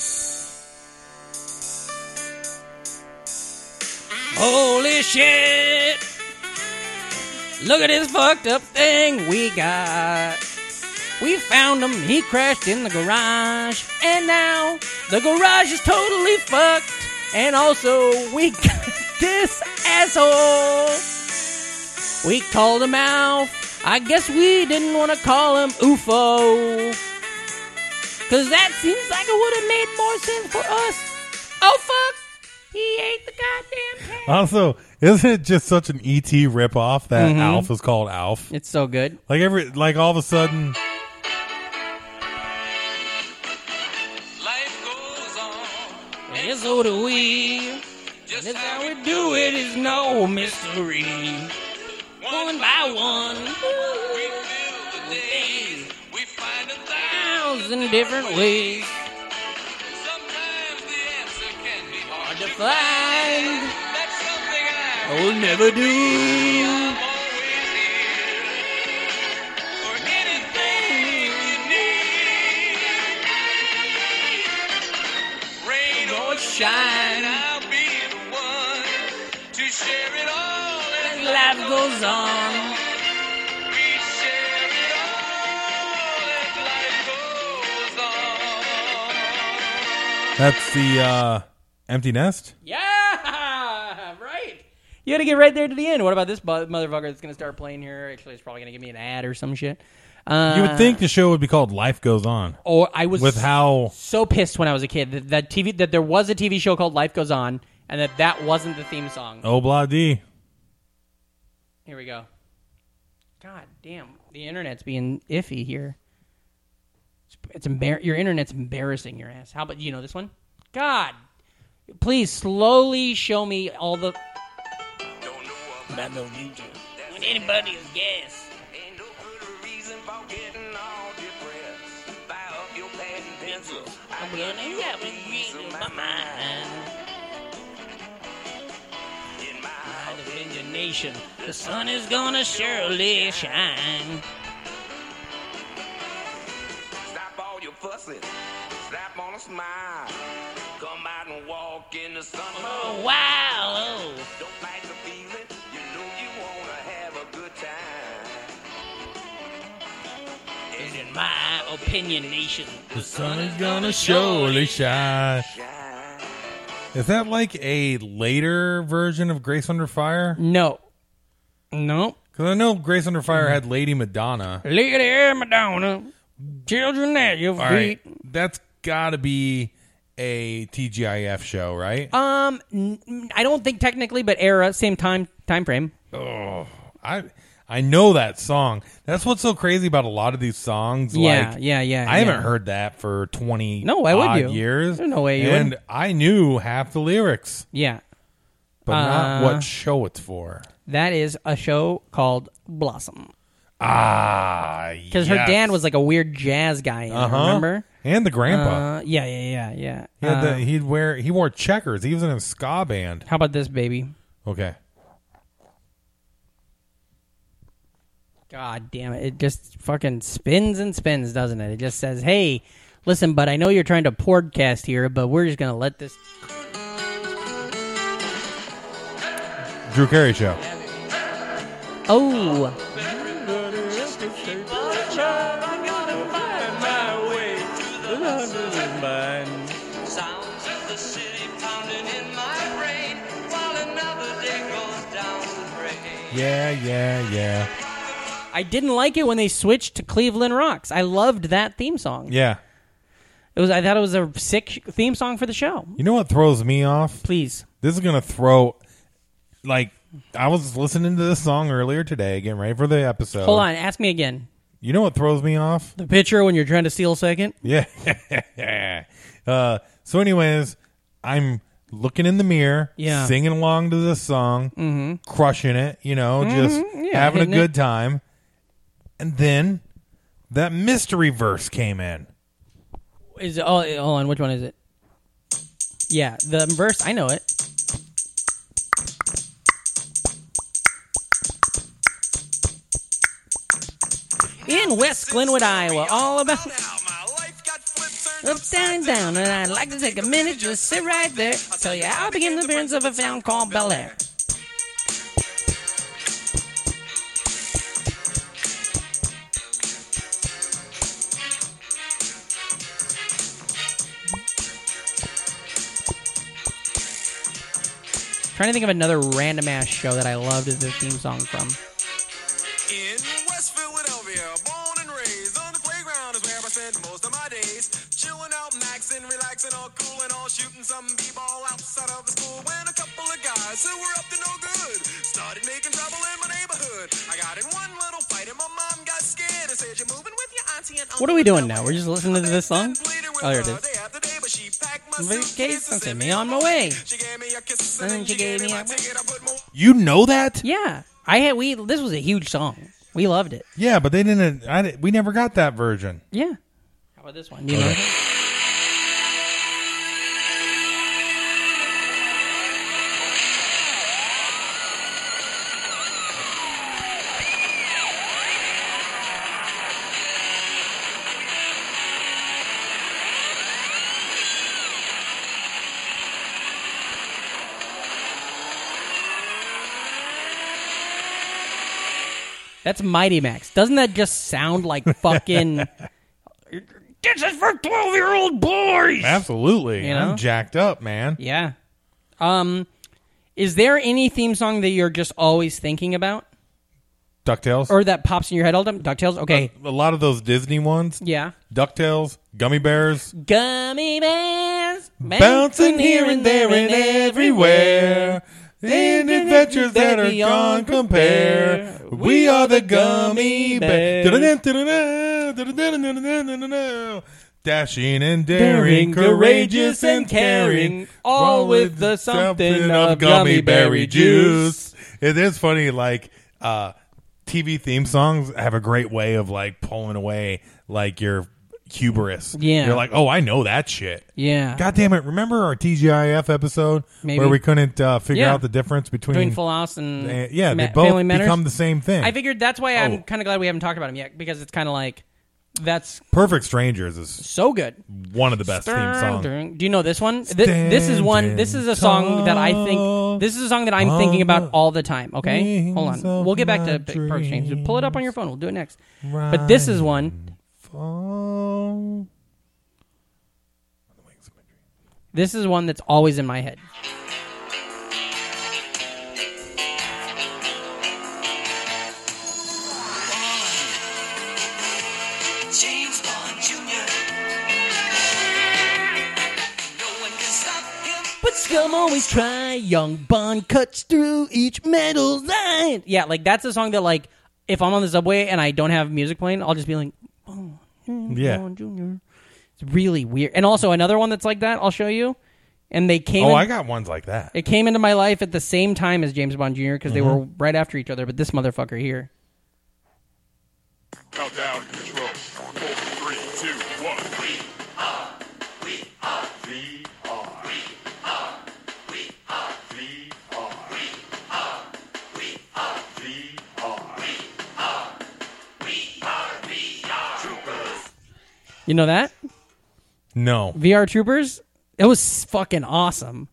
Speaker 2: Holy shit! Look at this fucked up thing we got. We found him. He crashed in the garage, and now the garage is totally fucked. And also, we [laughs] got this asshole. We called him Alf. I guess we didn't want to call him UFO. Cause that seems like it would have made more sense for us. Oh fuck! He ate the goddamn cat.
Speaker 1: Also, isn't it just such an ET ripoff that Alf is called Alf?
Speaker 2: It's so good.
Speaker 1: Like every like all of a sudden,
Speaker 7: Life goes on.
Speaker 2: And so do we. Just how we do it is no mystery. One by one,
Speaker 7: We fill the days. We find a thousand.
Speaker 2: thousand different ways
Speaker 7: Sometimes the answer can be hard
Speaker 2: to
Speaker 7: to
Speaker 2: find.
Speaker 7: That's something I
Speaker 2: We'll never do.
Speaker 7: always hear. For anything you need. Rain or shine, I'll be the one to share it all. And
Speaker 2: Life goes on.
Speaker 7: we share it all as life goes on.
Speaker 1: that's the uh, empty nest.
Speaker 2: Yeah, right. You had to get right there to the end. What about this bu- motherfucker that's going to start playing here? Actually, it's probably going to give me an ad or some shit. Uh,
Speaker 1: You would think the show would be called Life Goes On.
Speaker 2: Or I was
Speaker 1: With how
Speaker 2: so pissed when I was a kid that, that TV that there was a TV show called Life Goes On, and that that wasn't the theme song.
Speaker 1: Obla D.
Speaker 2: Here we go. God damn, the internet's being iffy here. It's, it's embar- your internet's embarrassing your ass. How about you know this one? God, please slowly show me all the.
Speaker 7: Don't know about
Speaker 2: When anybody is gas.
Speaker 7: Ain't no good reason for getting all depressed. Buy up your pad and pencil. I got you a piece of my mind. In my house,
Speaker 2: nation, the sun is gonna surely shine.
Speaker 7: stop all your fussing. Slap on a smile. Come out and walk in the sun.
Speaker 2: Oh, wow!
Speaker 7: Don't fight the feeling. You know you wanna have a good time.
Speaker 2: in my opinion, nation.
Speaker 1: The sun is gonna surely shine.
Speaker 7: Shine.
Speaker 1: Is that like a later version of Grace Under Fire?
Speaker 2: No. No.
Speaker 1: Because I know Grace Under Fire had Lady Madonna.
Speaker 2: Look at there, Madonna. Children at your feet.
Speaker 1: All right. That's got to be a TGIF show, right?
Speaker 2: Um, n- I don't think technically, but era, same time, time frame.
Speaker 1: I I know that song. That's what's so crazy about a lot of these songs.
Speaker 2: Yeah,
Speaker 1: like,
Speaker 2: yeah, yeah,
Speaker 1: I
Speaker 2: yeah.
Speaker 1: haven't heard that for 20
Speaker 2: No, why would
Speaker 1: odd
Speaker 2: you?
Speaker 1: years.
Speaker 2: There's no way you
Speaker 1: And
Speaker 2: would.
Speaker 1: I knew half the lyrics,
Speaker 2: Yeah,
Speaker 1: but not
Speaker 2: Uh,
Speaker 1: what show it's for.
Speaker 2: that is a show called Blossom
Speaker 1: Ah,
Speaker 2: because her dad was like a weird jazz guy. In it,
Speaker 1: uh-huh.
Speaker 2: Remember?
Speaker 1: And the grandpa.
Speaker 2: Uh, yeah, yeah, yeah, yeah.
Speaker 1: He had the,
Speaker 2: Uh,
Speaker 1: he'd wear he wore checkers. He was in a ska band.
Speaker 2: how about this, baby?
Speaker 1: Okay.
Speaker 2: God damn it! It just fucking spins and spins, doesn't it? It just says, "Hey, listen, but I know you're trying to podcast here, but we're just gonna let this."
Speaker 1: Drew Carey show.
Speaker 2: Oh,
Speaker 7: Sounds of the city pounding in my brain while another day goes down the drain.
Speaker 1: Yeah, yeah, yeah,
Speaker 2: I didn't like it when they switched to Cleveland Rocks. I loved that theme song.
Speaker 1: yeah.
Speaker 2: It was I thought it was a sick theme song for the show.
Speaker 1: You know what throws me off?
Speaker 2: Please.
Speaker 1: This is gonna throw. Like, I was listening to this song earlier today, getting ready for the episode.
Speaker 2: Hold on, ask me again.
Speaker 1: You know what throws me off?
Speaker 2: Uh, The picture when you're trying to steal a second?
Speaker 1: Yeah. uh, so, anyways, I'm looking in the mirror,
Speaker 2: Yeah. Mm-hmm.
Speaker 1: singing along to this song, crushing it, you know, just having a
Speaker 2: hitting it.
Speaker 1: good time. And then that mystery verse came in.
Speaker 2: Is it, oh, hold on, which one is it? Yeah, the verse, I know it. In West Glenwood, Iowa, all about upside down, and I'd like to take a minute, just sit right there, tell you how I became the appearance of a film called Bel Air. Trying to think of another random ass show that I loved as the theme song from.
Speaker 7: In West Philadelphia, born and raised on the playground is where I spend most of my days. Chilling out, maxing, relaxing, all cool and all shooting some b-ball outside of the school. When a couple of guys who were up to no good started making trouble in my neighborhood. I got in one little fight and my mom got scared and said, "You're moving with your auntie and uncle."
Speaker 2: What are we doing now? We're just listening to this song? Oh, here it is.
Speaker 7: Suitcase
Speaker 2: Suitcase and sent me on my way.
Speaker 7: She gave me a kiss
Speaker 2: And
Speaker 7: and then
Speaker 2: she
Speaker 7: she gave me
Speaker 2: a-
Speaker 7: my ticket. I put more
Speaker 1: You know that?
Speaker 2: Yeah, I had we. This was a huge song. We loved it.
Speaker 1: Yeah, but they didn't. I, di- we never got that version.
Speaker 2: Yeah. How about this one? You know? That's Mighty Max. Doesn't that just sound like [laughs] fucking? this is for twelve-year-old boys.
Speaker 1: Absolutely.
Speaker 2: You know?
Speaker 1: I'm jacked up, man.
Speaker 2: Yeah. Um, is there any theme song that you're just always thinking about,
Speaker 1: DuckTales.
Speaker 2: or that pops in your head all the time? Ducktales. Okay.
Speaker 1: a lot of those Disney ones.
Speaker 2: Yeah.
Speaker 1: DuckTales, Gummy Bears,
Speaker 2: Gummy bears
Speaker 1: bouncing here and there and everywhere. In adventures that are gone compare. We are the gummy bears. Dashing and daring, courageous and caring, all with the something of gummy berry juice. It is funny, like uh, TV theme songs have a great way of like pulling away like your hubris.
Speaker 2: Yeah.
Speaker 1: you're like, oh, I know that shit.
Speaker 2: Yeah.
Speaker 1: God damn it! Remember our TGIF episode
Speaker 2: Maybe.
Speaker 1: where we couldn't uh, figure
Speaker 2: Yeah.
Speaker 1: out the difference between,
Speaker 2: Between Full House and
Speaker 1: uh, yeah, they
Speaker 2: Ma-
Speaker 1: both
Speaker 2: Family Matters.
Speaker 1: become the same thing.
Speaker 2: I figured that's why
Speaker 1: Oh.
Speaker 2: I'm kind of glad we haven't talked about him yet because it's kind of like that's
Speaker 1: Perfect Strangers is
Speaker 2: so good.
Speaker 1: one of the best theme songs.
Speaker 2: Do you know this one? Th- this is one. This is a song that I think. This is a song that I'm thinking about all the time. Okay, hold on. We'll get back to Big Perfect Strangers. Pull it up on your phone. We'll do it next. But this is one.
Speaker 1: Oh.
Speaker 2: This is one that's always in my head.
Speaker 7: James Bond Jr. No one can stop him.
Speaker 2: But scum always try. Young Bond cuts through each metal line. Yeah, like that's a song that like if I'm on the subway and I don't have music playing, I'll just be like,
Speaker 1: Yeah.
Speaker 2: Bond Jr. It's really weird. And also another one that's like that. I'll show you. And they came.
Speaker 1: Oh,
Speaker 2: in-
Speaker 1: I got ones like that.
Speaker 2: It came into my life at the same time as James Bond Jr. because they
Speaker 1: Mm-hmm.
Speaker 2: were right after each other. But this motherfucker here.
Speaker 8: Countdown control. Four, three, two, one. We are. We are. We are.
Speaker 2: You know that
Speaker 1: No.
Speaker 2: VR Troopers? It was fucking awesome.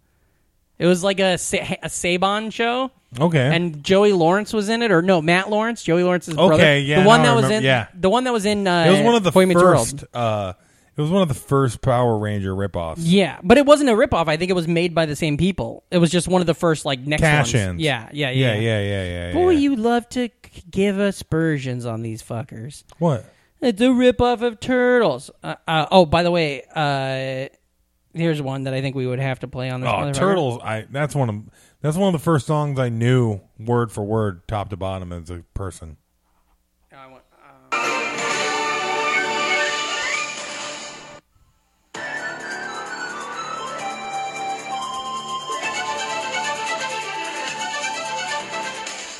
Speaker 2: It was like a Sa- a Saban show.
Speaker 1: Okay.
Speaker 2: And Joey Lawrence was in it, or no, Matt Lawrence, Joey Lawrence's brother.
Speaker 1: Okay, yeah,
Speaker 2: the one
Speaker 1: now I
Speaker 2: that was
Speaker 1: remember-
Speaker 2: in,
Speaker 1: yeah.
Speaker 2: the one that was in. Uh,
Speaker 1: it was one of the
Speaker 2: Boy Meets World.
Speaker 1: first. Uh, it was one of the first Power Ranger ripoffs.
Speaker 2: Yeah, but it wasn't a ripoff. I think it was made by the same people. It was just one of the first like next
Speaker 1: Cash
Speaker 2: ones.
Speaker 1: ins.
Speaker 2: Yeah, yeah, yeah,
Speaker 1: yeah, yeah, yeah, yeah.
Speaker 2: Boy,
Speaker 1: yeah.
Speaker 2: you love to c- give aspersions on these fuckers.
Speaker 1: what?
Speaker 2: It's a ripoff of Turtles. Uh, uh, oh, by the way, uh, here's one that I think we would have to play on this.
Speaker 1: Oh,
Speaker 2: motherfucker.
Speaker 1: turtles! I that's one of that's one of the first songs I knew word for word, top to bottom, as a person.
Speaker 2: No, I want- uh,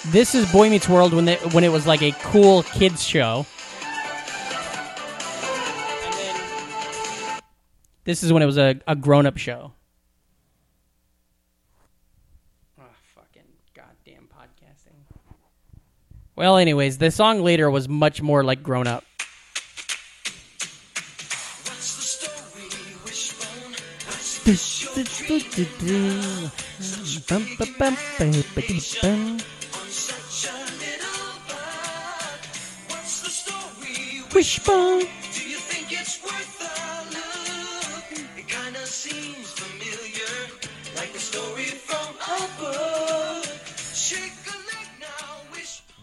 Speaker 2: This is Boy Meets World when they, when it was like a cool kids show. This is when it was a, a grown up show. Oh, fucking goddamn podcasting. Well, anyways, the song later was much more like grown up. Wishbone.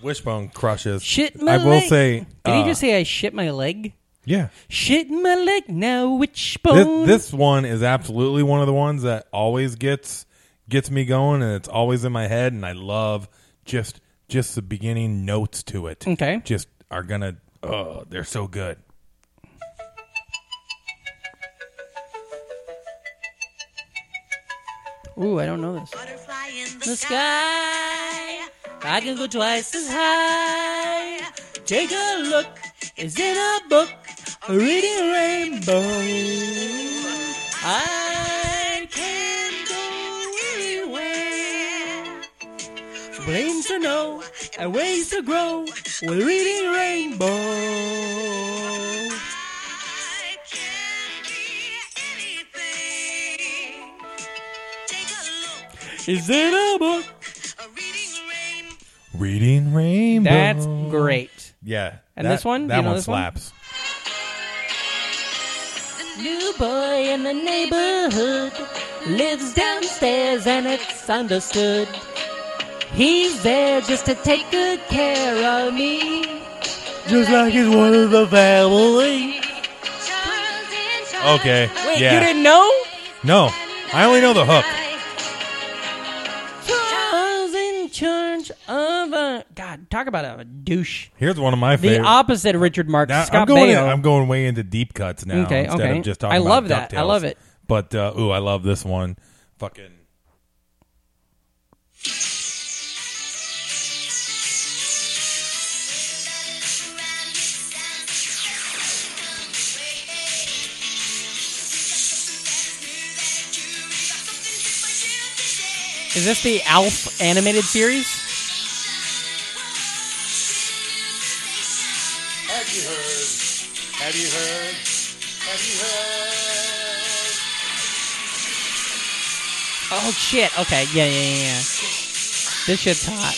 Speaker 1: Wishbone crushes.
Speaker 2: Shit my
Speaker 1: I will
Speaker 2: leg.
Speaker 1: say.
Speaker 2: Did
Speaker 1: uh,
Speaker 2: he just say I shit my leg?
Speaker 1: yeah?
Speaker 2: Shit my leg now, wishbone.
Speaker 1: This, this one is absolutely one of the ones that always gets gets me going, and it's always in my head, and I love just just the beginning notes to it.
Speaker 2: Okay.
Speaker 1: just are gonna. Oh, they're so good.
Speaker 2: Ooh, I don't know this.
Speaker 9: Butterfly in the
Speaker 2: The sky, I can go twice as high. Take a look, it's in a book, a reading rainbow. I can go anywhere. Brains to know, and ways to grow with reading rainbow.
Speaker 9: I can be anything. Take a look,
Speaker 2: Is in a book?
Speaker 9: a reading rainbow.
Speaker 1: Reading rainbow.
Speaker 2: That's great.
Speaker 1: yeah.
Speaker 2: And
Speaker 1: that-
Speaker 2: this one?
Speaker 1: that
Speaker 2: You know
Speaker 1: one
Speaker 2: this one?
Speaker 1: slaps.
Speaker 2: New boy in the neighborhood lives downstairs and it's understood. He's there just to take good care of me. Just like he's one of the family.
Speaker 9: Charles and Charles.
Speaker 1: Okay.
Speaker 2: Wait,
Speaker 1: yeah.
Speaker 2: you didn't know?
Speaker 1: No, I only know the hook.
Speaker 2: Charles in charge of a. God, talk about a douche.
Speaker 1: Here's one of my
Speaker 2: The
Speaker 1: favorite.
Speaker 2: opposite of Richard Marx,
Speaker 1: Now,
Speaker 2: Scott
Speaker 1: I'm going.
Speaker 2: Baio.
Speaker 1: In, I'm going way into deep cuts now.
Speaker 2: Okay,
Speaker 1: instead
Speaker 2: okay.
Speaker 1: Of just talking
Speaker 2: I
Speaker 1: about
Speaker 2: love that. I
Speaker 1: DuckTales.
Speaker 2: love it.
Speaker 1: But uh, ooh, I love this one. Fucking.
Speaker 2: Is this the Alf animated series?
Speaker 10: Have you heard? Have you heard? Have you heard?
Speaker 2: Oh shit! Okay, yeah, yeah, yeah. yeah. This shit's hot.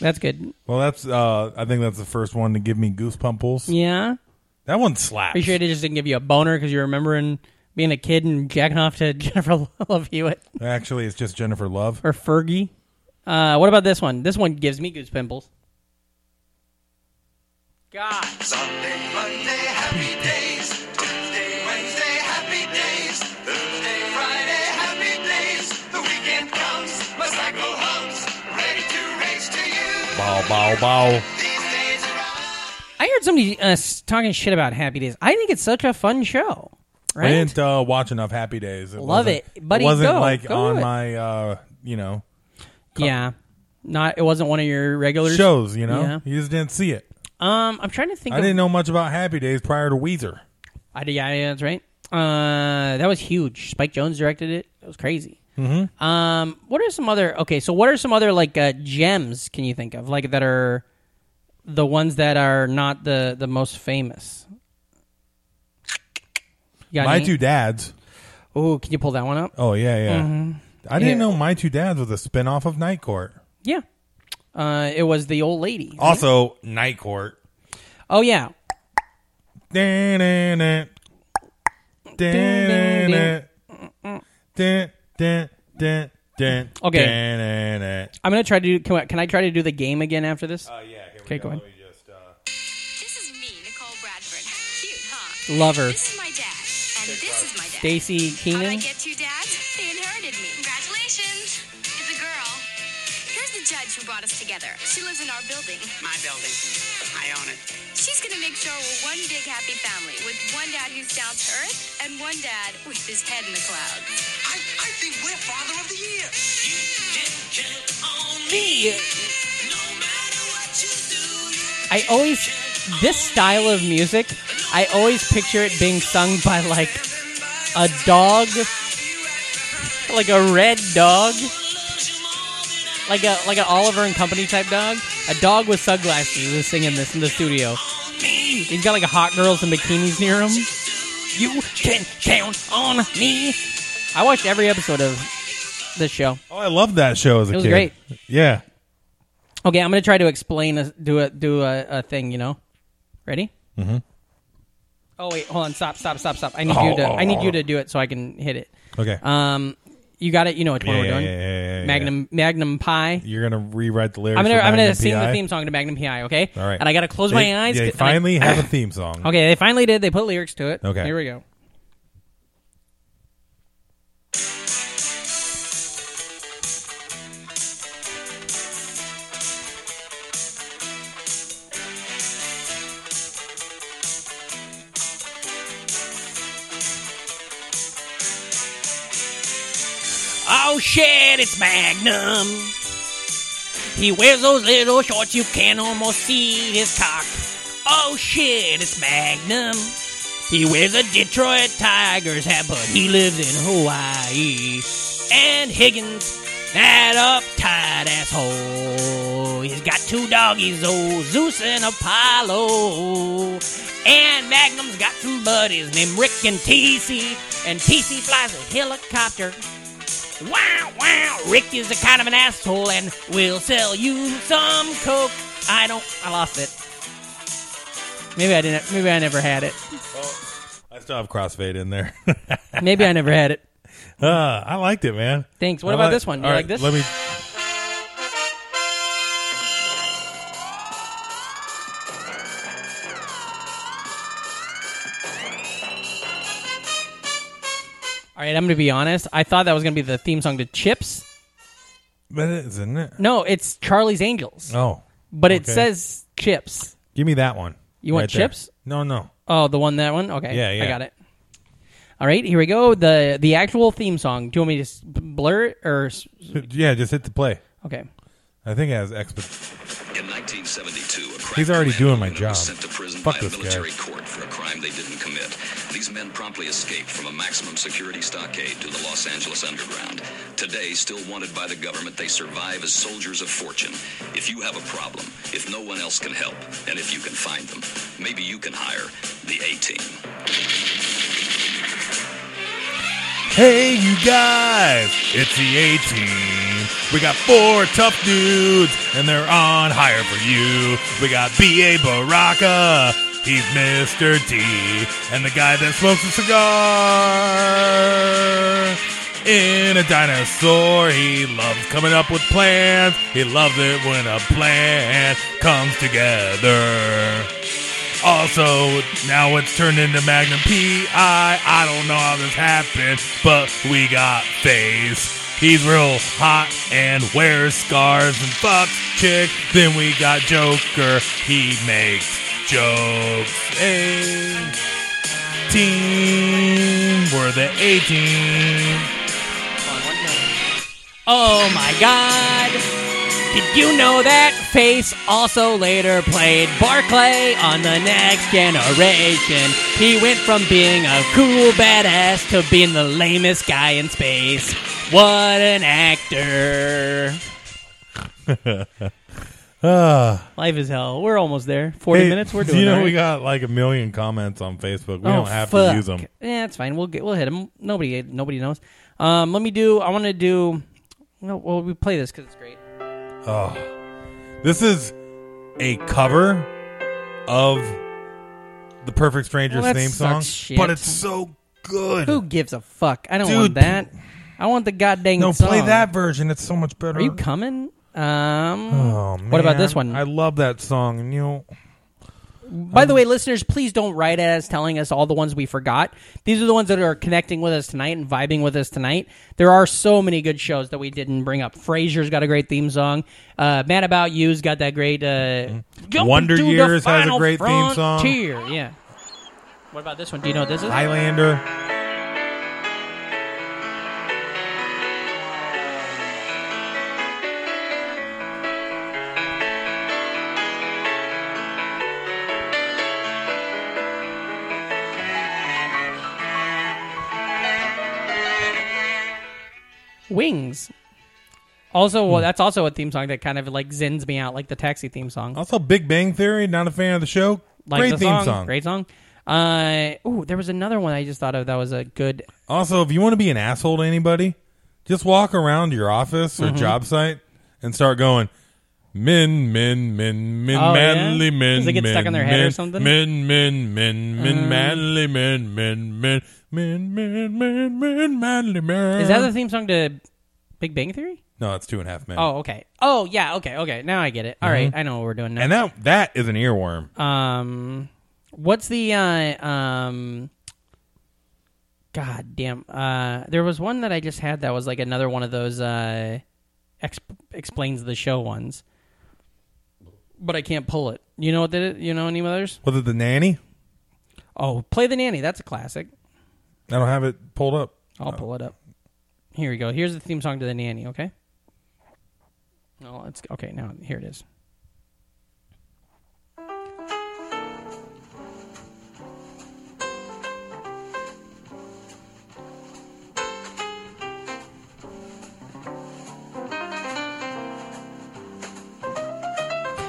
Speaker 2: That's good.
Speaker 1: Well, that's. Uh, I think that's the first one to give me goosebumps.
Speaker 2: Yeah.
Speaker 1: That one slaps.
Speaker 2: Are you sure they just didn't give you a boner because you're remembering being a kid and jacking off to [laughs] Jennifer Love Hewitt
Speaker 1: Actually, it's just Jennifer Love.
Speaker 2: or Fergie? Uh, what about this one? This one gives me goose pimples. God.
Speaker 10: Sunday, Monday, happy days. Tuesday, Wednesday, happy days. Thursday, Friday, happy days. The weekend comes, my cycle hums, ready to race to you.
Speaker 1: Bow, bow, bow.
Speaker 10: These days are up.
Speaker 2: I heard somebody uh, s- talking shit about Happy Days. I think it's such a fun show.
Speaker 1: I
Speaker 2: Right?
Speaker 1: didn't uh, watch enough Happy Days. It
Speaker 2: Love
Speaker 1: wasn't-
Speaker 2: it. Buddy,
Speaker 1: it wasn't
Speaker 2: go.
Speaker 1: like
Speaker 2: Go do
Speaker 1: on
Speaker 2: it.
Speaker 1: my. Uh, you know
Speaker 2: Yeah. Not. It wasn't one of your regulars.
Speaker 1: shows. You know,
Speaker 2: Yeah.
Speaker 1: you just didn't see it.
Speaker 2: Um, I'm trying to think.
Speaker 1: I
Speaker 2: of,
Speaker 1: didn't know much about Happy Days prior to Weezer.
Speaker 2: I did, yeah, yeah, that's right. Uh, that was huge. Spike Jones directed it. That was crazy. Mm-hmm. Um, what are some other? Okay, so what are some other like uh, gems? Can you think of like that are the ones that are not the the most famous? You got
Speaker 1: My
Speaker 2: any?
Speaker 1: Two Dads.
Speaker 2: Ooh, can you pull that one up?
Speaker 1: Oh yeah, yeah. I didn't
Speaker 2: Mm-hmm. Yeah.
Speaker 1: know My Two Dads was a spinoff of Night Court.
Speaker 2: Yeah. Uh, it was the old lady.
Speaker 1: Also, Night Court.
Speaker 2: Oh yeah.
Speaker 1: Da-na-na. Da-na-na. Dun, dun, dun, dun.
Speaker 2: Okay.
Speaker 1: Da-na-na.
Speaker 2: I'm gonna try to do. Can I, can I try to do the game again after this?
Speaker 1: Uh, yeah, here we
Speaker 2: Okay, go ahead.
Speaker 1: Let me just, uh,
Speaker 9: This is me, Nicole Bradford. Cute, huh?
Speaker 2: Lover,
Speaker 9: This is my dad, and this is my dad.
Speaker 2: Stacy
Speaker 9: How did I
Speaker 2: Keenan.
Speaker 9: get two dads? They inherited me. Congratulations. It's a girl. Here's the judge who brought us together. She lives in our building.
Speaker 7: My building. I own it.
Speaker 9: She's gonna make sure we're one big happy family with one dad who's down to earth and one dad with his head in the clouds.
Speaker 10: I, I think we're father of the year.
Speaker 7: You can count on me. No matter what you do, you
Speaker 2: I always this style of music. I always picture it being sung by like a dog, like a red dog, like a like an Oliver and Company type dog. A dog with sunglasses was singing this in the studio. He's got like hot girls in bikinis near him. You can count on me. I watched every episode of this show.
Speaker 1: oh, I loved that show as a
Speaker 2: It was
Speaker 1: kid.
Speaker 2: great.
Speaker 1: Yeah.
Speaker 2: Okay, I'm gonna try to explain a do a do a, a thing. You know, ready? Mm-hmm. Oh wait, hold on, stop, stop, stop, stop. I need you to I need you to do it so I can hit it.
Speaker 1: Okay.
Speaker 2: Um, you got it. You know which one
Speaker 1: Yeah,
Speaker 2: we're
Speaker 1: yeah,
Speaker 2: doing.
Speaker 1: yeah, yeah, yeah, yeah.
Speaker 2: Magnum Magnum Pie.
Speaker 1: You're gonna rewrite the lyrics.
Speaker 2: I'm gonna
Speaker 1: for
Speaker 2: I'm gonna
Speaker 1: Magnum
Speaker 2: sing
Speaker 1: PI?
Speaker 2: the theme song to Magnum PI. Okay.
Speaker 1: All right.
Speaker 2: And I gotta close
Speaker 1: They-
Speaker 2: my eyes. [laughs]
Speaker 1: They
Speaker 2: and I-
Speaker 1: finally have a theme song.
Speaker 2: okay, they finally did. They put lyrics to it.
Speaker 1: Okay.
Speaker 2: Here we go. Oh shit, it's Magnum. He wears those little shorts you can almost see his cock. Oh shit, it's Magnum. He wears a Detroit Tigers hat, but he lives in Hawaii. And Higgins, that uptight asshole. He's got two doggies, oh, Zeus and Apollo. And Magnum's got some buddies named Rick and TC. And TC flies a helicopter. Wow, wow, Rick is a kind of an asshole and will sell you some coke. I don't, I lost it. Maybe I didn't, maybe I
Speaker 1: [laughs]
Speaker 2: never had it.
Speaker 1: I still have crossfade in there. [laughs]
Speaker 2: Maybe I never had it.
Speaker 1: uh, I liked it, man.
Speaker 2: Thanks. What
Speaker 1: I
Speaker 2: about
Speaker 1: like-
Speaker 2: this one? You
Speaker 1: all right,
Speaker 2: like this?
Speaker 1: Let me.
Speaker 2: All right, I'm going to be honest. I thought that was going to be the theme song to Chips.
Speaker 1: But it isn't it?
Speaker 2: No, it's Charlie's Angels.
Speaker 1: Oh,
Speaker 2: but it
Speaker 1: okay.
Speaker 2: says Chips.
Speaker 1: give me that one.
Speaker 2: You want
Speaker 1: there.
Speaker 2: chips?
Speaker 1: No, no. [laughs]
Speaker 2: Oh, the one that one. Okay.
Speaker 1: Yeah, yeah.
Speaker 2: I got it. All right, here we go. the The actual theme song. Do you want me to s- blur it or? s-
Speaker 1: Yeah, just hit the play.
Speaker 2: Okay.
Speaker 1: I think it has expert.
Speaker 10: In 1972, a crack
Speaker 1: He's already
Speaker 10: man
Speaker 1: doing my
Speaker 10: and woman
Speaker 1: job.
Speaker 10: was sent to prison
Speaker 1: Fuck
Speaker 10: by a
Speaker 1: this guy.
Speaker 10: military court for a crime they didn't commit. These men promptly escaped from a maximum security stockade to the Los Angeles underground. Today, still wanted by the government, they survive as soldiers of fortune. If you have a problem, if no one else can help, and if you can find them, maybe you can hire the A Team.
Speaker 1: Hey, you guys! It's the A team. We got four tough dudes, and they're on hire for you. We got B.A. Baraka. He's Mr. D, and the guy that smokes a cigar. In a dinosaur, he loves coming up with plans. He loves it when a plan comes together. Also, now it's turned into Magnum PI. I don't know how this happened, but we got Face. He's real hot and wears scars and fucks chick. Then we got Joker. He makes jokes. A team. We're the A team.
Speaker 2: Oh my God! Did you know that Face also later played Barclay on The Next Generation? He went from being a cool badass to being the lamest guy in space. What
Speaker 1: [laughs]
Speaker 2: an actor! Life is hell. We're almost there. 40
Speaker 1: Hey,
Speaker 2: minutes, we're
Speaker 1: do
Speaker 2: doing
Speaker 1: You know,
Speaker 2: all right.
Speaker 1: we got like a million comments on Facebook. We
Speaker 2: Oh,
Speaker 1: don't have
Speaker 2: fuck.
Speaker 1: to use them.
Speaker 2: Yeah, it's fine. We'll get we'll hit them. Nobody nobody knows. Um, let me do. I want to do. No, well, we play this because it's great.
Speaker 1: Oh, this is a cover of the Perfect Strangers
Speaker 2: Well, that
Speaker 1: theme song,
Speaker 2: sucks shit.
Speaker 1: but it's so good.
Speaker 2: Who gives a fuck? I don't
Speaker 1: Dude,
Speaker 2: want that. I want the goddamn
Speaker 1: no,
Speaker 2: song.
Speaker 1: play that version. It's so much better.
Speaker 2: Are you coming? Um,
Speaker 1: oh man,
Speaker 2: what about this one?
Speaker 1: I love that song. And you know,
Speaker 2: By the way, listeners, please don't write at us telling us all the ones we forgot. These are the ones that are connecting with us tonight and vibing with us tonight. There are so many good shows that we didn't bring up. Frasier's got a great theme song. Uh, Mad About You's got that great. Uh, Jumping
Speaker 1: Mm-hmm. Wonder
Speaker 2: to the
Speaker 1: Years has a
Speaker 2: Final
Speaker 1: great theme song.
Speaker 2: Frontier, Yeah. What about this one? Do you know what this is?
Speaker 1: Highlander.
Speaker 2: Wings. Also,
Speaker 1: Hmm.
Speaker 2: well, that's also a theme song that kind of like zins me out, like the Taxi theme song.
Speaker 1: Also, Big Bang Theory. Not a fan of the show.
Speaker 2: Like
Speaker 1: Oh, Great
Speaker 2: the
Speaker 1: theme song.
Speaker 2: Great song. Uh, ooh, there was another one I just thought of that was a good
Speaker 1: Also, if you want to be an asshole to anybody, just walk around your office or
Speaker 2: Mm-hmm.
Speaker 1: job site and start going, men, men, men, men,
Speaker 2: Oh, yeah?
Speaker 1: manly men,
Speaker 2: Does it get
Speaker 1: men,
Speaker 2: stuck in their head or
Speaker 1: men,
Speaker 2: something? Uh.
Speaker 1: Men, men, men, men, manly men, men, men, men, men, men, men, manly men.
Speaker 2: Is that the theme song to Big Bang Theory?
Speaker 1: no? It's two and a half men.
Speaker 2: Oh, okay. Oh, yeah. Okay, okay. Now I get it. All right, I know what we're doing
Speaker 1: Mm-hmm. and
Speaker 2: now.
Speaker 1: that that is an earworm.
Speaker 2: um, what's the uh, um? God damn. Uh, there was one that I just had that was like another one of those uh, exp- explains the show ones, but I can't pull it. You know what? That is? You know any others?
Speaker 1: Was it the nanny?
Speaker 2: Oh, play the nanny. That's a classic.
Speaker 1: I don't have it pulled up.
Speaker 2: I'll pull it up. Here we go. Here's the theme song to the nanny. Okay. No, it's okay. Now here it is.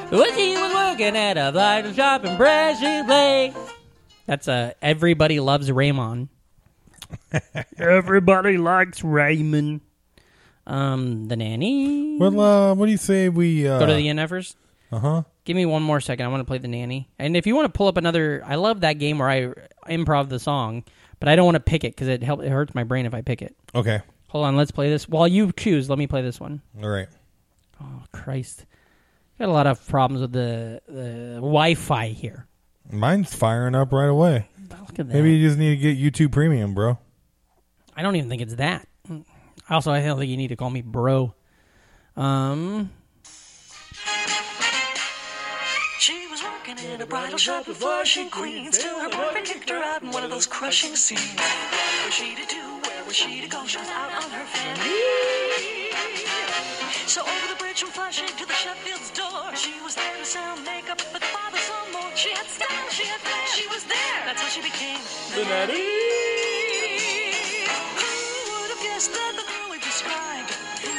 Speaker 2: When she was working at a bridal shop in Brashy Lake. That's uh, Everybody Loves Raymond. Everybody likes Raymond. Um, the nanny.
Speaker 1: Well, uh, what do you say we uh, uh-huh.
Speaker 2: Go to the end first. Uh huh. Give me one more second. I want to play the nanny. And if you want to pull up another, I love that game where I improv the song, but I don't want to pick it because it help, it hurts my brain if I pick it.
Speaker 1: Okay,
Speaker 2: Hold on, let's play this while you choose. Let me play this one.
Speaker 1: all right.
Speaker 2: Oh Christ, got a lot of problems with the the Wi-Fi here.
Speaker 1: Mine's firing up right away.
Speaker 2: Look at that.
Speaker 1: Maybe you just need to get YouTube Premium, bro.
Speaker 2: I don't even think it's that. Mm. Also, I don't think you need to call me bro. Um,
Speaker 10: She was working in a bridal shop in Flushing, Queens, till her boyfriend kicked her out in one of those crushing scenes. What was she to do? Where was she to go? She was out on her family. So over the bridge from Flushing to the Sheffield's door, she was there to sell makeup, but the father saw more. She had style, she had flair, she was there. That's how she became the nanny. Who would have guessed that the girl we described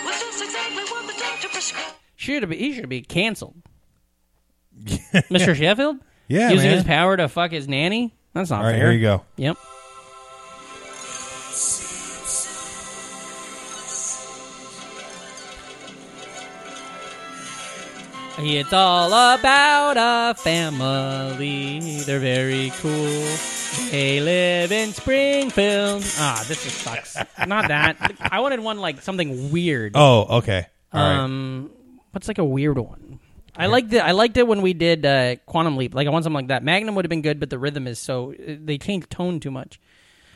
Speaker 10: was just exactly what the doctor prescribed?
Speaker 2: should be he should be
Speaker 1: [laughs]
Speaker 2: canceled. Mr. Sheffield,
Speaker 1: Yeah,
Speaker 2: using
Speaker 1: man.
Speaker 2: his power to fuck his nanny. That's not
Speaker 1: All right,
Speaker 2: fair.
Speaker 1: here you go.
Speaker 2: Yep. It's all about a family. They're very cool. They live in Springfield. Ah, this just sucks. Not that. I wanted one like something weird.
Speaker 1: Oh, okay. All right.
Speaker 2: Um, what's like a weird one? I liked it. I liked it when we did uh, Quantum Leap. Like I want something like that. Magnum would have been good, but the rhythm is so uh, they change tone too much.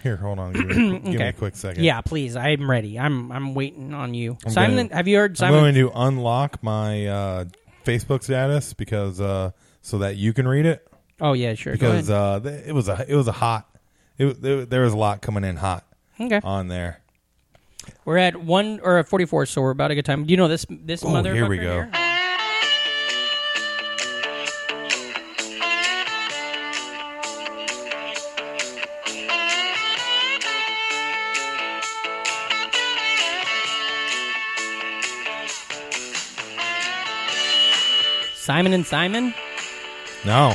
Speaker 1: Here, hold on.
Speaker 2: [clears throat]
Speaker 1: Give me, give me
Speaker 2: Okay.
Speaker 1: a quick second.
Speaker 2: Yeah, please. I'm ready. I'm I'm waiting on you,
Speaker 1: I'm
Speaker 2: Simon.
Speaker 1: gonna-
Speaker 2: have you heard
Speaker 1: I'm
Speaker 2: Simon?
Speaker 1: going to unlock my uh, Facebook status because uh, so that you can read it
Speaker 2: oh yeah, sure. Go
Speaker 1: because uh, th- it was a it was a hot it, was- there- there was a lot coming in hot
Speaker 2: ahead. okay,
Speaker 1: on there.
Speaker 2: we're at one or at 44, so we're about a good time. Do you know this this
Speaker 1: Oh,
Speaker 2: mother?
Speaker 1: here we go.
Speaker 2: Here? Simon and Simon.
Speaker 1: No.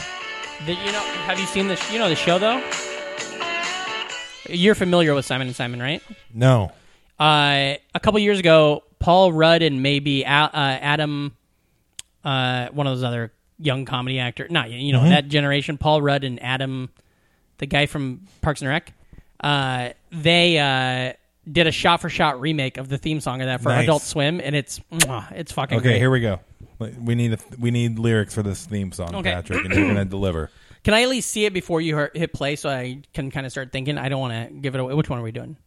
Speaker 2: Did you know? Have you seen the sh- you know the show though? You're familiar with Simon and Simon, right?
Speaker 1: No.
Speaker 2: Uh, a couple years ago, Paul Rudd and maybe A- uh, Adam, uh, one of those other young comedy actor, not you
Speaker 1: Mm-hmm.
Speaker 2: know that generation, Paul Rudd and Adam, the guy from Parks and Rec, uh, they uh, did a shot-for-shot remake of the theme song of that for
Speaker 1: Nice.
Speaker 2: Adult Swim, and it's mwah, it's fucking
Speaker 1: Okay,
Speaker 2: Great.
Speaker 1: here we go. We need a, we need lyrics for this theme song,
Speaker 2: Okay.
Speaker 1: Patrick, and you're
Speaker 2: [clears throat]
Speaker 1: gonna deliver.
Speaker 2: Can I at least see it before you hit- hit play so I can kind of start thinking? I don't want to give it away. Which one are we doing?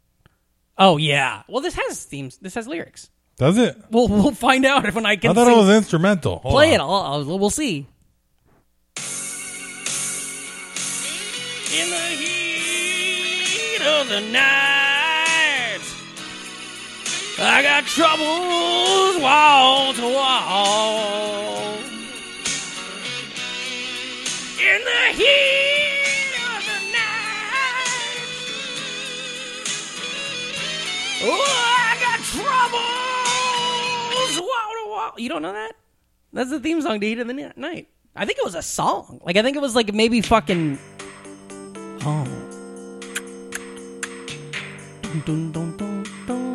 Speaker 2: Oh yeah. Well, this has themes. This has lyrics.
Speaker 1: Does it?
Speaker 2: We'll we'll find out [laughs] if when I can
Speaker 1: I thought
Speaker 2: sing-
Speaker 1: it was instrumental. Hold
Speaker 2: play
Speaker 1: on.
Speaker 2: it. I'll, I'll- we'll see. In the heat of the night, I got troubles wall to wall. In the heat of the night, oh, I got troubles wall to wall. You don't know that? That's the theme song to Heat of the Ni- Night. I think it was a song. Like I think it was like maybe fucking. Oh. Dun, dun, dun, dun, dun, dun.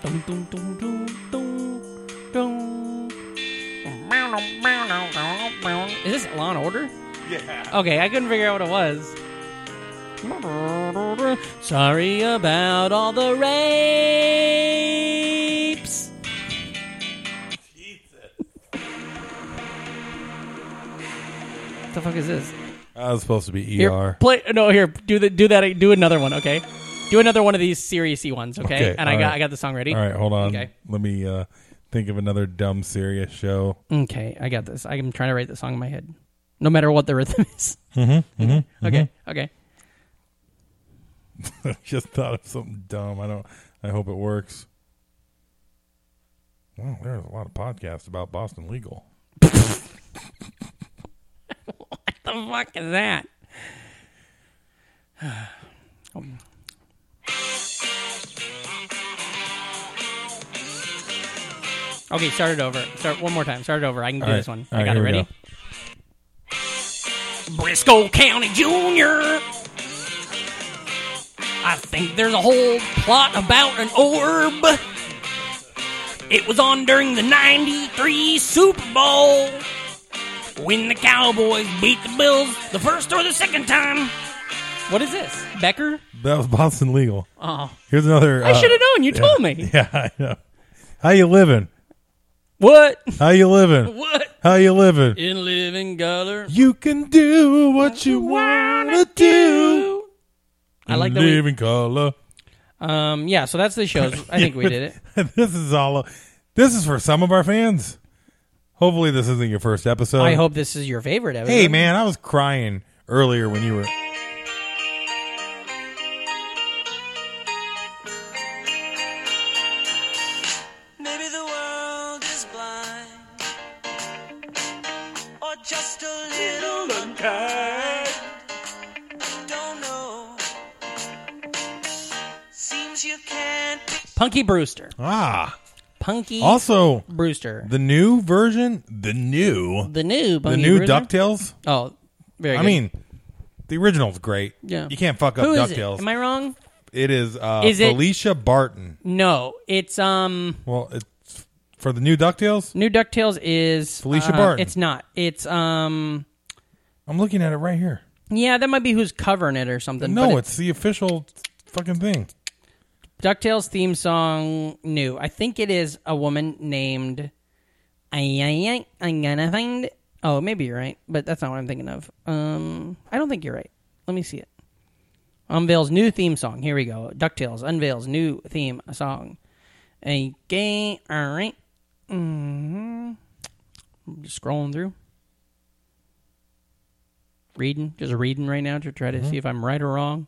Speaker 2: Dun, dun, dun, dun, dun, dun. Is this Law and Order? Yeah. Okay, I couldn't figure out what it was. Sorry about all the rapes. What the fuck is this?
Speaker 1: I was supposed to be ER.
Speaker 2: Here, play. No, here, do the do that. Do another one, okay? Do another one of these seriousy ones, okay?
Speaker 1: Okay,
Speaker 2: and I
Speaker 1: all
Speaker 2: got
Speaker 1: right.
Speaker 2: I got the song ready.
Speaker 1: All right, hold on.
Speaker 2: Okay.
Speaker 1: Let me uh, think of another dumb serious show.
Speaker 2: Okay, I got this. I'm trying to write the song in my head, no matter what the rhythm [laughs] is. Mm-hmm, okay, okay.
Speaker 1: I [laughs] just thought of something dumb. I don't. I hope it works. Wow, there's a lot of podcasts about Boston legal.
Speaker 2: the fuck is that? [sighs] Okay, start it over. Start one more time. Start it over. I can do
Speaker 1: All right.
Speaker 2: this one.
Speaker 1: All
Speaker 2: I
Speaker 1: right,
Speaker 2: got it
Speaker 1: here we
Speaker 2: ready.
Speaker 1: go.
Speaker 2: Briscoe County Junior. I think there's a whole plot about an orb. It was on during the 93 Super Bowl when the Cowboys beat the Bills the first or the second time. What is this? Becker?
Speaker 1: That was Boston legal.
Speaker 2: Oh.
Speaker 1: Here's another.
Speaker 2: I
Speaker 1: uh,
Speaker 2: should have known. You told me.
Speaker 1: [laughs] Yeah, I know. How you living?
Speaker 2: What?
Speaker 1: How you living?
Speaker 2: What?
Speaker 1: How you living?
Speaker 2: In living color.
Speaker 1: You can do what you wanna do.
Speaker 2: I like that.
Speaker 1: living
Speaker 2: We,
Speaker 1: color. [laughs]
Speaker 2: um, yeah, so that's the shows. I think we did it.
Speaker 1: this is all. This is for some of our fans. Hopefully, this isn't your first episode.
Speaker 2: I hope this is your favorite episode.
Speaker 1: Uh, Hey, man, I was crying earlier when you were.
Speaker 10: Maybe the world is blind or just a little unkind. Don't know. Seems you can't be
Speaker 2: Punky Brewster.
Speaker 1: Ah.
Speaker 2: Punky
Speaker 1: Also,
Speaker 2: Brewster. The,
Speaker 1: the new version, the new,
Speaker 2: new
Speaker 1: the
Speaker 2: Punky
Speaker 1: new
Speaker 2: Brewster.
Speaker 1: DuckTales.
Speaker 2: Oh, very
Speaker 1: I
Speaker 2: good.
Speaker 1: mean, the original's great.
Speaker 2: Yeah.
Speaker 1: You can't fuck up
Speaker 2: Who is it?
Speaker 1: DuckTales.
Speaker 2: Am I wrong?
Speaker 1: it is, uh,
Speaker 2: Is it-
Speaker 1: Felicia Barton.
Speaker 2: No, it's um
Speaker 1: Well, it's for the new DuckTales.
Speaker 2: new Ducktales is
Speaker 1: Felicia
Speaker 2: uh,
Speaker 1: Barton.
Speaker 2: It's not. It's um
Speaker 1: I'm looking at it right here.
Speaker 2: yeah, that might be who's covering it or something.
Speaker 1: No,
Speaker 2: but
Speaker 1: it's the official fucking thing.
Speaker 2: Ducktales theme song new. I think it is a woman named. Ay, ay, ay, I'm gonna find. It. Oh, maybe you're right, but that's not what I'm thinking of. Um, I don't think you're right. Let me see it. Unveils new theme song. Here we go. Ducktales unveils new theme song. Okay, all right. Mm-hmm. I'm just scrolling through, reading, just reading right now to try to
Speaker 1: Mm-hmm.
Speaker 2: see if I'm right or wrong.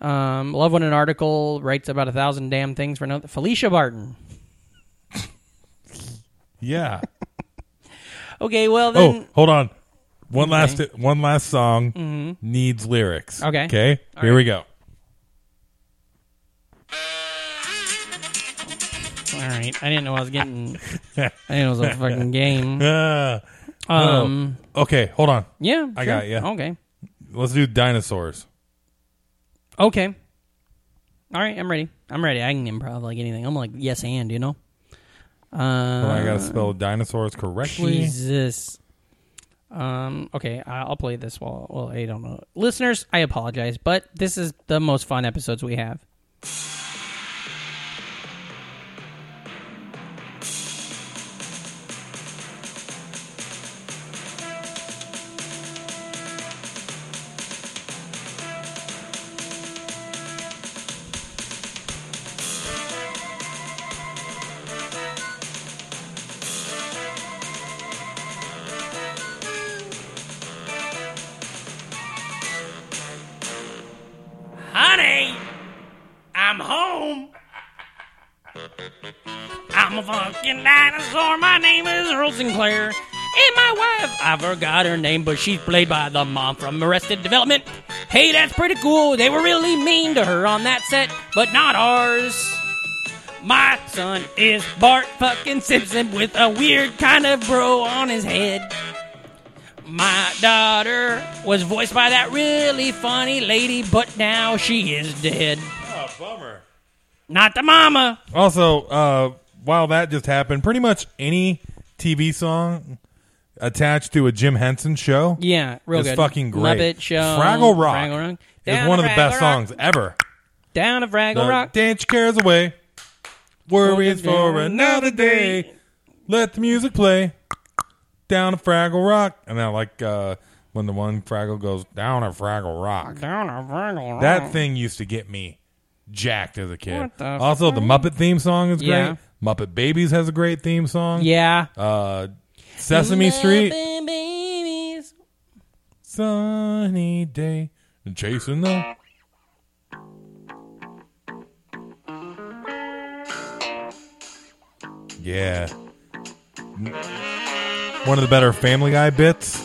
Speaker 2: Um, love when an article writes about a thousand damn things for nothing. Felicia Barton.
Speaker 1: Yeah.
Speaker 2: Okay, well
Speaker 1: oh,
Speaker 2: then.
Speaker 1: hold on. One last one last song needs lyrics.
Speaker 2: Mm-hmm. Okay.
Speaker 1: Okay. Here we go.
Speaker 2: Oh. All right. I didn't know I was [laughs] getting. I didn't know it was a
Speaker 1: [laughs]
Speaker 2: fucking game.
Speaker 1: Ah.
Speaker 2: Um.
Speaker 1: Oh. Okay, hold on.
Speaker 2: Yeah.
Speaker 1: I
Speaker 2: sure.
Speaker 1: got ya.
Speaker 2: Okay.
Speaker 1: Let's do dinosaurs.
Speaker 2: Okay. All right. I'm ready. I'm ready. I can improv like anything. I'm like yes and you know.
Speaker 1: Hold on, I
Speaker 2: Uh,
Speaker 1: gotta spell dinosaurs
Speaker 2: Oh,
Speaker 1: correctly.
Speaker 2: Jesus. Um. Okay. I- I'll play this while. Well, I don't know, listeners. I apologize, but this is the most fun episodes we have.
Speaker 7: Honey, I'm home.
Speaker 2: I'm a fucking dinosaur. My name is Earl Sinclair. And my wife, I forgot her name, but she's played by the mom from Arrested Development. Hey, that's pretty cool. They were really mean to her on that set, but not ours. My son is Bart fucking Simpson with a weird kind of bro on his head. My daughter was voiced by that really funny lady, but now she is dead.
Speaker 1: Oh, bummer.
Speaker 2: Not the mama.
Speaker 1: Also, uh, while that just happened, pretty much any TV song attached to a Jim Henson show,
Speaker 2: Yeah, real
Speaker 1: is
Speaker 2: good.
Speaker 1: fucking great.
Speaker 2: Muppet Show.
Speaker 1: Fraggle Rock,
Speaker 2: Fraggle Rock.
Speaker 1: is
Speaker 2: Down
Speaker 1: one
Speaker 2: to
Speaker 1: of the best
Speaker 2: Fraggle Rock.
Speaker 1: songs ever.
Speaker 2: Down a Fraggle
Speaker 1: The
Speaker 2: Rock.
Speaker 1: Dance cares away, worries for another day. Let the music play. Down a Fraggle Rock, and I like uh, when the one Fraggle goes down a Fraggle Rock.
Speaker 2: Down a Fraggle Rock.
Speaker 1: That thing used to get me jacked as a kid.
Speaker 2: What the
Speaker 1: also, the Muppet theme song is great.
Speaker 2: Yeah.
Speaker 1: Muppet Babies has a great theme song.
Speaker 2: Yeah.
Speaker 1: Uh, Sesame Street,
Speaker 2: Muppet Babies.
Speaker 1: sunny day, chasing the. Yeah. One of the better Family Guy bits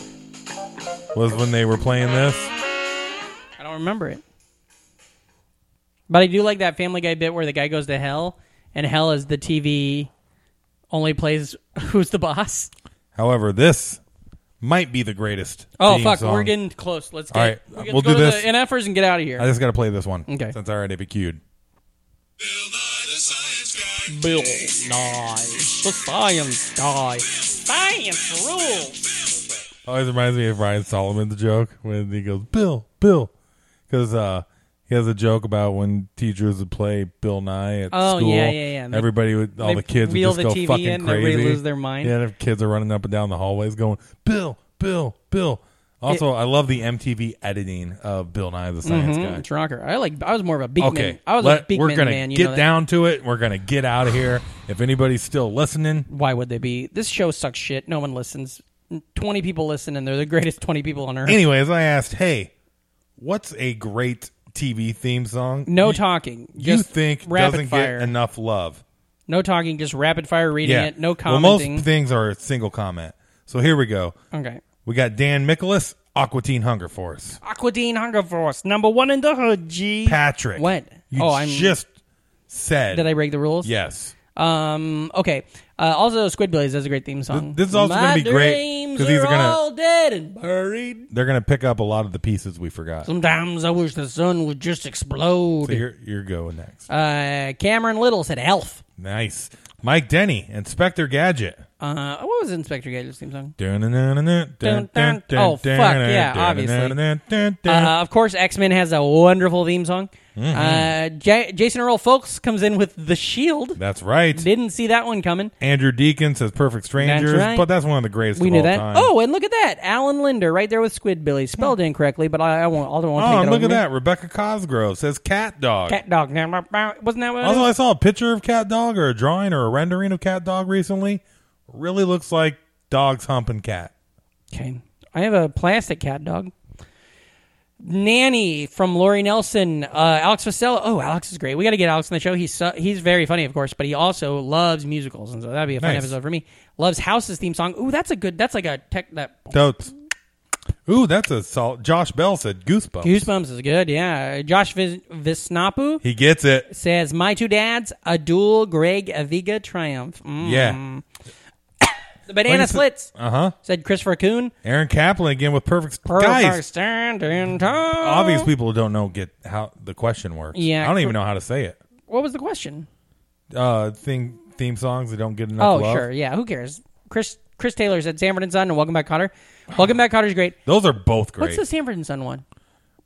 Speaker 1: was when they were playing this.
Speaker 2: I don't remember it. But I do like that Family Guy bit where the guy goes to hell, and hell is the TV only plays [laughs] Who's the Boss.
Speaker 1: However, this might be the greatest.
Speaker 2: Oh,
Speaker 1: theme
Speaker 2: fuck.
Speaker 1: song.
Speaker 2: We're getting close. Let's get,
Speaker 1: All right,
Speaker 2: we get
Speaker 1: we'll
Speaker 2: to go
Speaker 1: do
Speaker 2: to
Speaker 1: this.
Speaker 2: the NFers and get out of here.
Speaker 1: I just got to play this one.
Speaker 2: Okay.
Speaker 1: Since I already have it queued.
Speaker 2: Bill Nye, the science guy. Science rules.
Speaker 1: Always reminds me of Ryan Solomon, the joke, when he goes, Bill, Bill. Because uh, he has a joke about when teachers would play Bill Nye at
Speaker 2: Oh,
Speaker 1: school.
Speaker 2: yeah, yeah, yeah. And they-
Speaker 1: Everybody would, all
Speaker 2: they
Speaker 1: the kids would
Speaker 2: wheel
Speaker 1: just
Speaker 2: the
Speaker 1: go
Speaker 2: TV
Speaker 1: fucking
Speaker 2: in, everybody
Speaker 1: crazy.
Speaker 2: lose their mind.
Speaker 1: Yeah, the kids are running up and down the hallways going, Bill, Bill, Bill. Also, I love the MTV editing of Bill Nye the Science Guy.
Speaker 2: It's rocker. I like. I was more of a Beakman.
Speaker 1: Okay,
Speaker 2: I was
Speaker 1: let-
Speaker 2: a Beakman
Speaker 1: we're gonna
Speaker 2: man. You know
Speaker 1: get
Speaker 2: that.
Speaker 1: down to it. We're gonna get out of here. If anybody's still
Speaker 2: [laughs]
Speaker 1: listening,
Speaker 2: Why would they be? This show sucks shit. No one listens. Twenty people listen, and they're the greatest [laughs] twenty people on earth.
Speaker 1: anyways, I asked, hey, what's a great TV theme song?
Speaker 2: no
Speaker 1: you,
Speaker 2: talking.
Speaker 1: you
Speaker 2: just
Speaker 1: think
Speaker 2: rapid
Speaker 1: doesn't
Speaker 2: fire.
Speaker 1: get enough love?
Speaker 2: no talking. Just rapid fire reading
Speaker 1: yeah,
Speaker 2: it. No
Speaker 1: Well,
Speaker 2: commenting.
Speaker 1: most things are a single comment. So here we go.
Speaker 2: okay.
Speaker 1: We got Dan Michaelis, Aqua Teen Hunger Force,
Speaker 2: Aquadine Hunger Force number one in the hood. G.
Speaker 1: Patrick.
Speaker 2: What?
Speaker 1: You
Speaker 2: Oh, I'm-
Speaker 1: just said.
Speaker 2: Did I break the rules?
Speaker 1: Yes.
Speaker 2: Um. Okay. Uh, also, Squidbillies does a great theme song.
Speaker 1: Th- this is also
Speaker 2: My
Speaker 1: gonna be great,
Speaker 2: dreams
Speaker 1: 'cause these are gonna-
Speaker 2: all dead and buried.
Speaker 1: They're gonna pick up a lot of the pieces we forgot. So
Speaker 2: Sometimes I wish the sun would just explode.
Speaker 1: you're, you're going next.
Speaker 2: Uh, Cameron Little said Elf.
Speaker 1: Nice. Mike Denny, Inspector Gadget.
Speaker 2: Uh, what was Inspector Gadget's theme song?
Speaker 1: Oh,
Speaker 2: dun. Oh, fuck, yeah,
Speaker 1: obviously.
Speaker 2: Uh, of course, X Men has a wonderful theme song.
Speaker 1: Mm-hmm.
Speaker 2: Uh, J- Jason Earl Folks comes in with The Shield.
Speaker 1: That's right.
Speaker 2: Didn't see that one coming.
Speaker 1: Andrew Deacon says Perfect Strangers,
Speaker 2: right.
Speaker 1: but that's one of the greatest
Speaker 2: We
Speaker 1: of
Speaker 2: knew
Speaker 1: all
Speaker 2: that.
Speaker 1: time. Hmm.
Speaker 2: Oh, and look at that, Alan Linder right there with Squidbillies, spelled incorrectly, but I, I won't. I don't want to
Speaker 1: Oh,
Speaker 2: take
Speaker 1: and
Speaker 2: it
Speaker 1: look
Speaker 2: over
Speaker 1: at
Speaker 2: me.
Speaker 1: that. Rebecca Cosgrove says Cat Dog.
Speaker 2: Cat dog. Now, bow, bow. Wasn't that what? it
Speaker 1: also,
Speaker 2: is?
Speaker 1: I saw a picture of Cat Dog or a drawing or a rendering of Cat Dog recently. Really looks like dogs humping cat.
Speaker 2: Okay. I have a plastic cat dog. Nanny from Laurie Nelson, uh, Alex Vasello. Oh, Alex is great. We got to get Alex on the show. He's so, he's very funny, of course, but he also loves musicals, and so that'd be a fun
Speaker 1: Nice.
Speaker 2: episode for me. Loves House's theme song. Ooh, that's a good. That's like a tech that
Speaker 1: Totes. Ooh, that's a salt. Josh Bell said goosebumps.
Speaker 2: Goosebumps is good. Yeah. Josh Vis- Visnapu
Speaker 1: he gets it.
Speaker 2: says, "My two dads, a dual Greg Aviga triumph." Mm.
Speaker 1: Yeah.
Speaker 2: The banana
Speaker 1: Like I
Speaker 2: splits.
Speaker 1: Uh huh.
Speaker 2: Said Christopher Coon.
Speaker 1: Aaron Kaplan again with perfect. guys,
Speaker 2: standing tall.
Speaker 1: obvious people don't know get how the question works.
Speaker 2: Yeah,
Speaker 1: I don't
Speaker 2: cr-
Speaker 1: even know how to say it.
Speaker 2: What was the question?
Speaker 1: Uh, thing theme songs that don't get enough.
Speaker 2: Oh,
Speaker 1: love.
Speaker 2: sure. Yeah. Who cares? Chris Chris Taylor said Sanford and Son and Welcome Back Cotter. Welcome Back Cotter's great.
Speaker 1: Those are both great.
Speaker 2: What's the Sanford and Son one?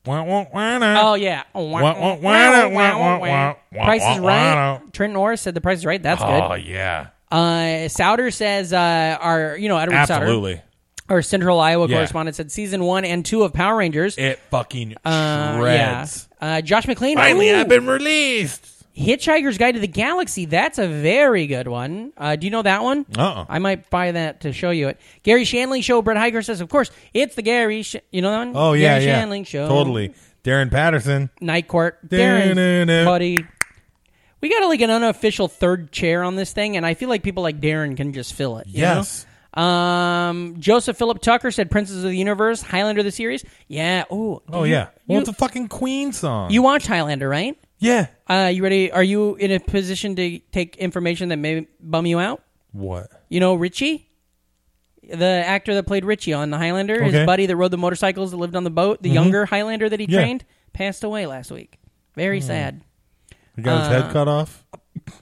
Speaker 1: Wah, wah, wah, nah.
Speaker 2: Oh yeah.
Speaker 1: [laughs] wah, wah, wah, wah, wah,
Speaker 2: Price is
Speaker 1: wah,
Speaker 2: right.
Speaker 1: wah.
Speaker 2: Trent Norris said the price is right. That's
Speaker 1: Oh,
Speaker 2: good.
Speaker 1: yeah,
Speaker 2: Uh, Souter says uh, our you know Edward Souter,
Speaker 1: absolutely.
Speaker 2: our Central Iowa
Speaker 1: Yeah.
Speaker 2: correspondent said season one and two of Power Rangers.
Speaker 1: It fucking
Speaker 2: Uh,
Speaker 1: shreds.
Speaker 2: yeah. Uh, Josh McLean.
Speaker 1: Finally,
Speaker 2: Ooh.
Speaker 1: I've been released.
Speaker 2: Hitchhiker's Guide to the Galaxy. That's a very good one. Uh, do you know that one?
Speaker 1: Uh-uh.
Speaker 2: I might buy that to show you it. Gary Shandling Show. Brett Hiker says, of course, it's the Gary. Sh- you know that one?
Speaker 1: Oh yeah,
Speaker 2: Gary
Speaker 1: yeah.
Speaker 2: Shandling Show.
Speaker 1: Totally. Darren Patterson.
Speaker 2: Night Court.
Speaker 1: Da-na-na.
Speaker 2: Darren, buddy. We got like an unofficial third chair on this thing, and I feel like people like Darren can just fill it. you know?
Speaker 1: Yes.
Speaker 2: Um, Joseph Philip Tucker said, "Princess of the Universe," Highlander the series. Yeah. Ooh.
Speaker 1: Oh yeah. Well,
Speaker 2: you-
Speaker 1: it's a fucking Queen song.
Speaker 2: You watched Highlander, right?
Speaker 1: yeah.
Speaker 2: Uh, you ready? Are you in a position to take information that may bum you out?
Speaker 1: What?
Speaker 2: You know Richie, the actor that played Richie on the Highlander,
Speaker 1: Okay. Mm-hmm.
Speaker 2: his buddy that rode the motorcycles that lived on the boat, the younger Highlander that he
Speaker 1: Yeah. Hmm.
Speaker 2: trained, passed away last week. Very sad.
Speaker 1: He got his
Speaker 2: Uh.
Speaker 1: head cut off.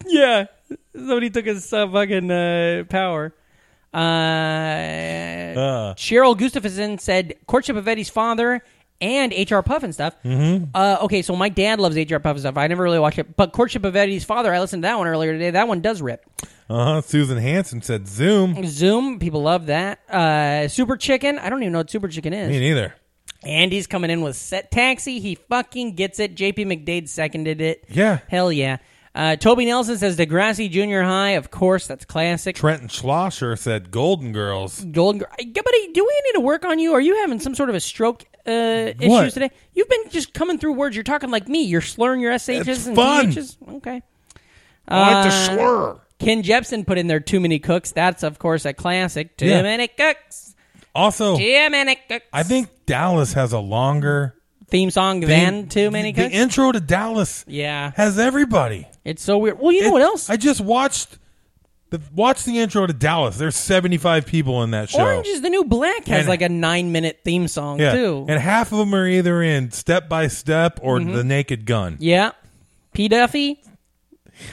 Speaker 2: Yeah, somebody took his uh, fucking uh, power. Uh,
Speaker 1: Uh,
Speaker 2: Cheryl Gustafson said courtship of Eddie's father and HR Puff and stuff. Mm-hmm. Uh, okay, so my dad loves HR Puff and stuff. I never really watched it, but courtship of Eddie's father. I listened to that one earlier today. That one does rip.
Speaker 1: uh-huh. Susan Hanson said Zoom. Me
Speaker 2: Zoom, people love that. Uh, Super Chicken. I don't even know what Super Chicken is.
Speaker 1: neither.
Speaker 2: Andy's coming in with set taxi. He fucking gets it. JP McDade seconded it.
Speaker 1: Yeah.
Speaker 2: Hell yeah. Uh, Toby Nelson says Degrassi Junior High. Of course, that's classic.
Speaker 1: Trenton Schlosser said Golden Girls.
Speaker 2: Golden Girl. Yeah, buddy, do we need to work on you? Are you having some sort of a stroke uh,
Speaker 1: What?
Speaker 2: issues today? You've been just coming through words. You're talking like me. You're slurring your SHs
Speaker 1: It's
Speaker 2: and
Speaker 1: fun.
Speaker 2: THs. Okay.
Speaker 1: I like to slur.
Speaker 2: Ken Jepsen put in there Too Many Cooks. That's, of course, a classic. Too
Speaker 1: Yeah.
Speaker 2: Many Cooks.
Speaker 1: Also,
Speaker 2: Too Many Cooks.
Speaker 1: I think Dallas has a longer
Speaker 2: Theme song than Too Many
Speaker 1: The
Speaker 2: Cooks.
Speaker 1: intro to Dallas
Speaker 2: yeah.
Speaker 1: has everybody.
Speaker 2: It's so weird. Well, you know
Speaker 1: It-
Speaker 2: what else?
Speaker 1: I just watched the watch the intro to Dallas. There's 75 people in that show.
Speaker 2: Orange is the New Black has
Speaker 1: And-
Speaker 2: like a nine minute theme song,
Speaker 1: yeah.
Speaker 2: too. Mm-hmm.
Speaker 1: And half of them are either in Step by Step or The Naked Gun.
Speaker 2: Yeah. P. Duffy.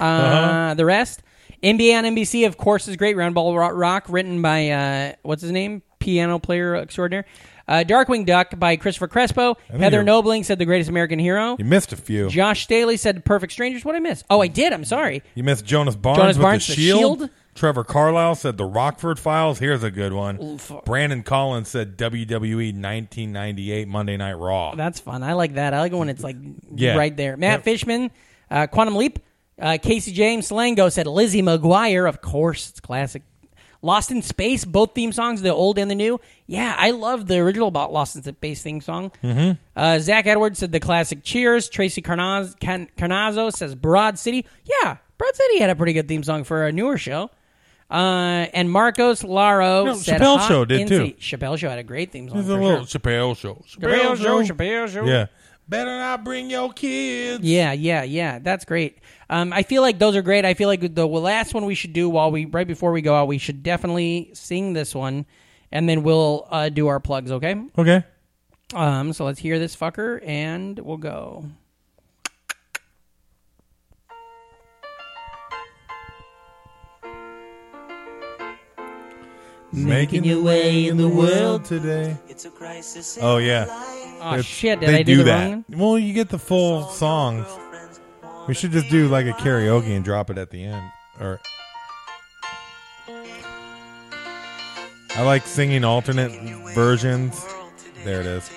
Speaker 2: Uh,
Speaker 1: Uh-huh.
Speaker 2: The rest. NBA on NBC, of course, is great. Round Ball Ro- Rock, written by, uh, what's his name? Piano player extraordinaire. Uh, Darkwing Duck by Christopher Crespo. Heather
Speaker 1: you're-
Speaker 2: Nobling said The Greatest American Hero.
Speaker 1: You missed a few.
Speaker 2: Josh Staley said Perfect Strangers. What I miss? Oh, I did. I'm sorry.
Speaker 1: you missed Jonas Barnes
Speaker 2: Jonas
Speaker 1: with
Speaker 2: Barnes,
Speaker 1: the
Speaker 2: The
Speaker 1: shield.
Speaker 2: Shield.
Speaker 1: Trevor Carlisle said the Rockford Files. Here's a good one. Brandon Collins said WWE 1998 Monday Night Raw.
Speaker 2: That's fun. I like that. I like it when it's like
Speaker 1: Yeah.
Speaker 2: right there. Matt
Speaker 1: Yep.
Speaker 2: Fishman, uh, Quantum Leap, uh, Casey James, Slango said Lizzie McGuire. Of course, it's classic. Lost in Space, both theme songs, the old and the new. Yeah, I love the original about Lost in Space theme song. Mm-hmm. Uh, Zach Edwards said the classic Cheers. Tracy Carnaz- Can- Carnazzo says Broad City. Yeah, Broad City had a pretty good theme song for a newer show. Uh, and Marcos Laro
Speaker 1: No,
Speaker 2: said
Speaker 1: Chappelle
Speaker 2: Hot
Speaker 1: Show did,
Speaker 2: and
Speaker 1: too.
Speaker 2: Seat. Chappelle Show had a great theme song.
Speaker 1: It's
Speaker 2: For
Speaker 1: a little
Speaker 2: sure.
Speaker 1: Chappelle show.
Speaker 2: Chappelle show, Chappelle show.
Speaker 1: Yeah. Better not bring your kids.
Speaker 2: Yeah, yeah, yeah. That's great. Um, I feel like those are great. I feel like the last one we should do while we right before we go out, we should definitely sing this one, and then we'll uh, do our plugs. Okay.
Speaker 1: Okay.
Speaker 2: Um. So let's hear this fucker, and we'll go.
Speaker 1: Making your way in the world today. It's a crisis. Oh yeah.
Speaker 2: Oh
Speaker 1: It's-
Speaker 2: shit! Did
Speaker 1: they
Speaker 2: I do, the
Speaker 1: that.
Speaker 2: wrong one?
Speaker 1: Well, you get the full songs. We should just do like a karaoke and drop it at the end. Or I like singing alternate versions. There it is.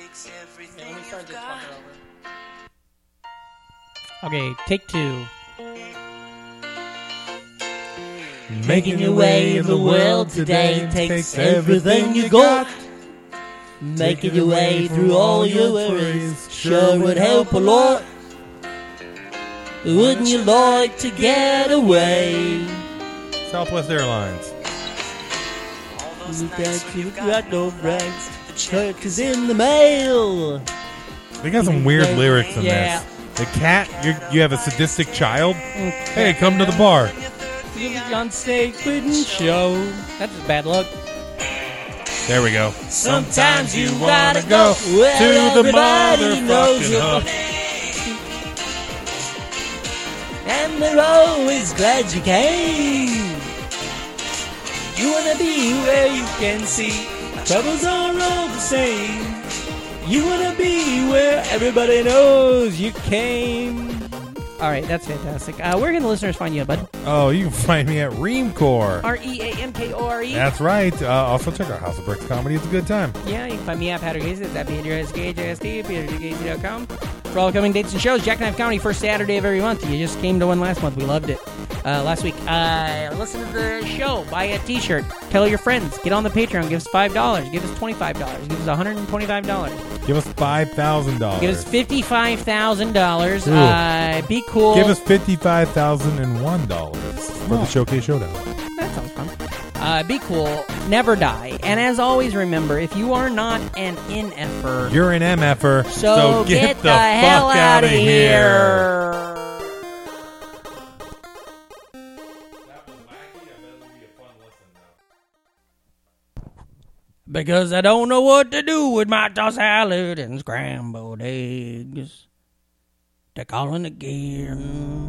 Speaker 2: Okay, take two.
Speaker 1: Making your way in the world today takes everything you got. Making your way through all your worries sure would help a lot.
Speaker 2: Wouldn't you like to get away?
Speaker 1: Southwest Airlines.
Speaker 2: You got no rights. Check is in the mail.
Speaker 1: They got some weird
Speaker 2: Yeah.
Speaker 1: lyrics in
Speaker 2: Yeah.
Speaker 1: this. The cat, you you have a sadistic child. Hey, come to the bar.
Speaker 2: Beyonce couldn't show. That's just bad luck.
Speaker 1: There we go.
Speaker 2: Sometimes you
Speaker 1: wanna go
Speaker 2: where
Speaker 1: to the
Speaker 2: everybody knows
Speaker 1: motherfucking
Speaker 2: your
Speaker 1: hub.
Speaker 2: And they're always glad you came. You wanna be where you can see. Troubles are all the same. You wanna be where everybody knows you came. All right, that's fantastic. Uh, where can the listeners find you, bud?
Speaker 1: Oh, you can find me at Reamcore.
Speaker 2: R E A M K O R E.
Speaker 1: That's right. Uh, also check out House of Bricks comedy. It's a good time.
Speaker 2: Yeah, you can find me at Patrick Hayes. That's at PeterSKJSD, PeterSKJSD.com. For all coming dates and shows, Jackknife Comedy, first Saturday of every month. You just came to one last month. We loved it. Uh, last week, uh, listen to the show, buy a t shirt, tell your friends, get on the Patreon, give us $5, give us $25, give us $125,
Speaker 1: Give us five thousand dollars.
Speaker 2: give us $55,000.
Speaker 1: Ooh.
Speaker 2: Uh, be cool.
Speaker 1: Give us fifty-five thousand and one dollars for the showcase showdown.
Speaker 2: That sounds fun. Uh, be cool, never die. And as always, remember if you are not an NFer,
Speaker 1: You're an er, MFer,
Speaker 2: So, get, the, hell
Speaker 1: fuck
Speaker 2: out
Speaker 1: outta
Speaker 2: of here. Because I don't know what to do with my tossed salad and scrambled eggs. They're calling again.